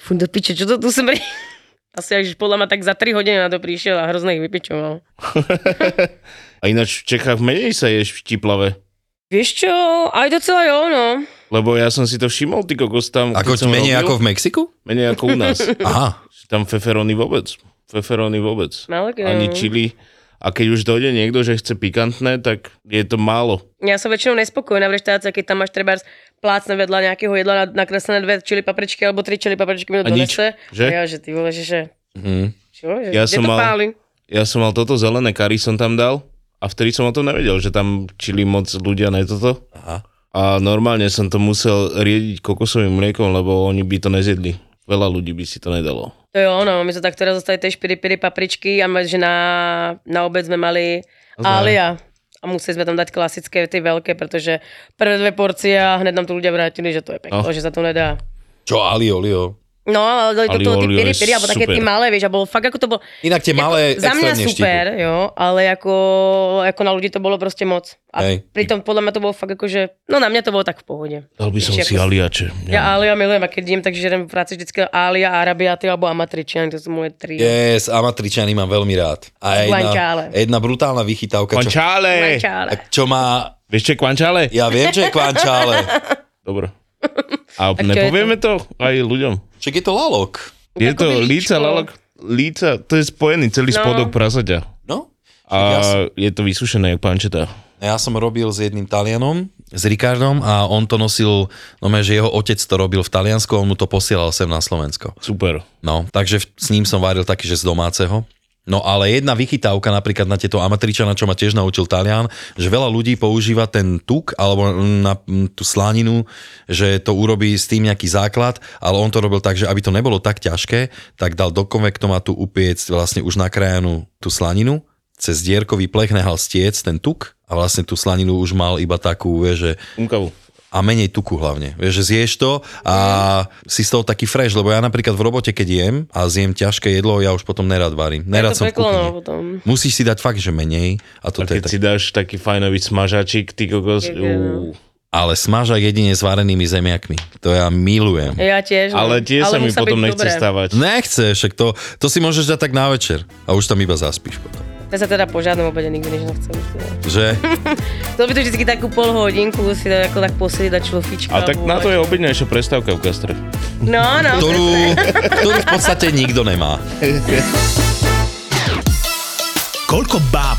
Speaker 3: furt do piče, čo to tu smrdí? Asi až podľa ma tak za 3 hodiny na to prišiel a hrozne ich vypičoval.
Speaker 5: A ináč v Čechách menej sa ješ v štiplave.
Speaker 3: Vieš čo, aj docela jo, no.
Speaker 5: Lebo ja som si to všimol, ty kokos tam.
Speaker 4: Ako
Speaker 5: keď som
Speaker 4: menej
Speaker 5: robil,
Speaker 4: ako v Mexiku?
Speaker 5: Menej ako u nás.
Speaker 4: Aha.
Speaker 5: tam feferony vôbec. Feferony vôbec.
Speaker 3: Malé, keď-
Speaker 5: Ani čili. A keď už dojde niekto, že chce pikantné, tak je to málo.
Speaker 3: Ja som väčšinou nespokojná v reštaurácii, keď tam máš treba plácne vedľa nejakého jedla na- nakreslené dve čili papričky alebo tri čili papričky mi to
Speaker 5: A nič,
Speaker 3: donese.
Speaker 5: že?
Speaker 3: A ja, že ty vole, že, že
Speaker 4: Mhm.
Speaker 3: čo, že,
Speaker 5: Ja
Speaker 3: kde
Speaker 5: som
Speaker 3: to
Speaker 5: mal-
Speaker 3: páli?
Speaker 5: Ja som mal toto zelené kari som tam dal a vtedy som o tom nevedel, že tam čili moc ľudia ne toto.
Speaker 4: Aha.
Speaker 5: A normálne som to musel riediť kokosovým mliekom, lebo oni by to nezjedli. Veľa ľudí by si to nedalo.
Speaker 3: To je ono, my sme tak teraz dostali tie špiry piry papričky a my, že na, na obed sme mali alia. A museli sme tam dať klasické, tie veľké, pretože prvé dve porcie a hneď nám tu ľudia vrátili, že to je peklo,
Speaker 5: No.
Speaker 3: že sa to nedá.
Speaker 4: Čo, ali, olio.
Speaker 3: No, ale dali to
Speaker 5: Alio,
Speaker 3: toho, tie
Speaker 5: alio
Speaker 3: piri
Speaker 5: je
Speaker 3: piri, alebo také
Speaker 5: super.
Speaker 3: tie malé, vieš, a bolo fakt ako to bolo,
Speaker 4: Inak tie malé
Speaker 3: za mňa
Speaker 4: extrémne
Speaker 3: super, jo, ale ako, ako na ľudí to bolo proste moc. A
Speaker 4: Hej.
Speaker 3: pritom podľa mňa to bolo fakt ako, že, no na mňa to bolo tak v pohode.
Speaker 5: Dal by som
Speaker 3: Ešte
Speaker 5: si
Speaker 3: ako-
Speaker 5: aliače.
Speaker 3: Ja Alia milujem a keď idem, tak žerem v práci vždycky Alia, Arabiaty alebo Amatričian, to sú moje tri.
Speaker 4: Yes, amatričany mám veľmi rád. A jedna,
Speaker 3: Guanciale.
Speaker 4: jedna brutálna vychytávka, čo,
Speaker 5: Kvančále!
Speaker 3: Guanciale.
Speaker 4: čo má...
Speaker 5: Vieš čo je kvančále?
Speaker 4: Ja viem, že je kvančále.
Speaker 5: Dobre. A
Speaker 3: čo je
Speaker 5: nepovieme to? aj ľuďom.
Speaker 4: Však je to lalok.
Speaker 5: Je
Speaker 3: ako
Speaker 5: to
Speaker 3: by
Speaker 5: líca,
Speaker 3: líčko.
Speaker 5: lalok, líca, to je spojený celý
Speaker 3: No.
Speaker 5: spodok prasaťa.
Speaker 4: No.
Speaker 5: A
Speaker 4: Však ja som-
Speaker 5: je to vysušené jak pančeta.
Speaker 4: Ja som robil s jedným Talianom, s Rikardom a on to nosil, no že jeho otec to robil v Taliansku a on mu to posielal sem na Slovensko.
Speaker 5: Super.
Speaker 4: No, takže v- s ním som varil taký, že z domáceho. No ale jedna vychytávka napríklad na tieto amatričana, čo ma tiež naučil Talian, že veľa ľudí používa ten tuk alebo na mm, tú slaninu, že to urobí s tým nejaký základ, ale on to robil tak, že aby to nebolo tak ťažké, tak dal do konvektomatu upiec vlastne už nakrájanú tú slaninu, cez dierkový plech nehal stiec ten tuk a vlastne tú slaninu už mal iba takú, vieš, že
Speaker 5: Umkavu.
Speaker 4: a menej tuku hlavne. Vieš, že zješ to a
Speaker 5: Mhm.
Speaker 4: si z toho taký fresh, lebo ja napríklad v robote, keď jem a zjem ťažké jedlo, ja už potom nerad varím. Nerad
Speaker 3: to
Speaker 4: som v
Speaker 3: peklo, no,
Speaker 4: kuchyni.
Speaker 3: potom.
Speaker 4: Musíš si dať fakt, že menej.
Speaker 5: A
Speaker 4: A toto je
Speaker 5: keď
Speaker 4: tak...
Speaker 5: si dáš taký fajnový smažačik, ty kokos,
Speaker 3: Je, je, no.
Speaker 5: uú.
Speaker 4: Ale smažak jedine s varenými zemiakmi. To ja milujem.
Speaker 3: Ja tiež. no.
Speaker 5: Ale tie sa mi
Speaker 3: musí
Speaker 5: potom
Speaker 3: byť
Speaker 5: nechce
Speaker 3: dobré.
Speaker 5: stávať.
Speaker 4: Nechce, však to, to si môžeš dať tak na večer. A už tam iba zaspíš potom.
Speaker 3: Ja sa teda po žiadnom obede nikdy nič nechcem. už teda.
Speaker 4: Že?
Speaker 3: Chcel by to vždy takú pol hodinku si to ako tak posiedať šlofička.
Speaker 5: A tak na to je obednejšia prestávka v gastre.
Speaker 3: No, no.
Speaker 4: Ktorú, ktorú v podstate nikto nemá.
Speaker 1: Koľko báb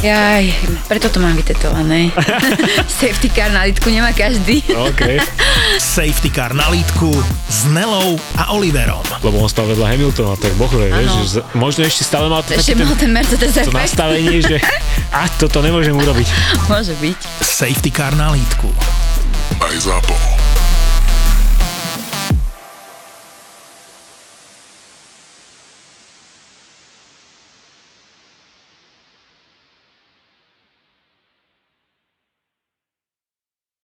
Speaker 6: Jaj, preto to mám vytetované. Safety car na litku nemá každý.
Speaker 7: No, OK.
Speaker 1: Safety Car na lítku s Nelou a Oliverom.
Speaker 7: Lebo on stal vedľa Hamiltona, tak bohle, vieš,
Speaker 6: Áno.
Speaker 7: že z- možno ešte stále mal to, taký
Speaker 6: Ešte
Speaker 7: ten,
Speaker 6: mal ten Mercedes
Speaker 7: to
Speaker 6: efekt.
Speaker 7: nastavenie, že a toto nemôžem urobiť.
Speaker 6: Môže byť.
Speaker 1: Safety Car na lítku.
Speaker 8: Aj zapo.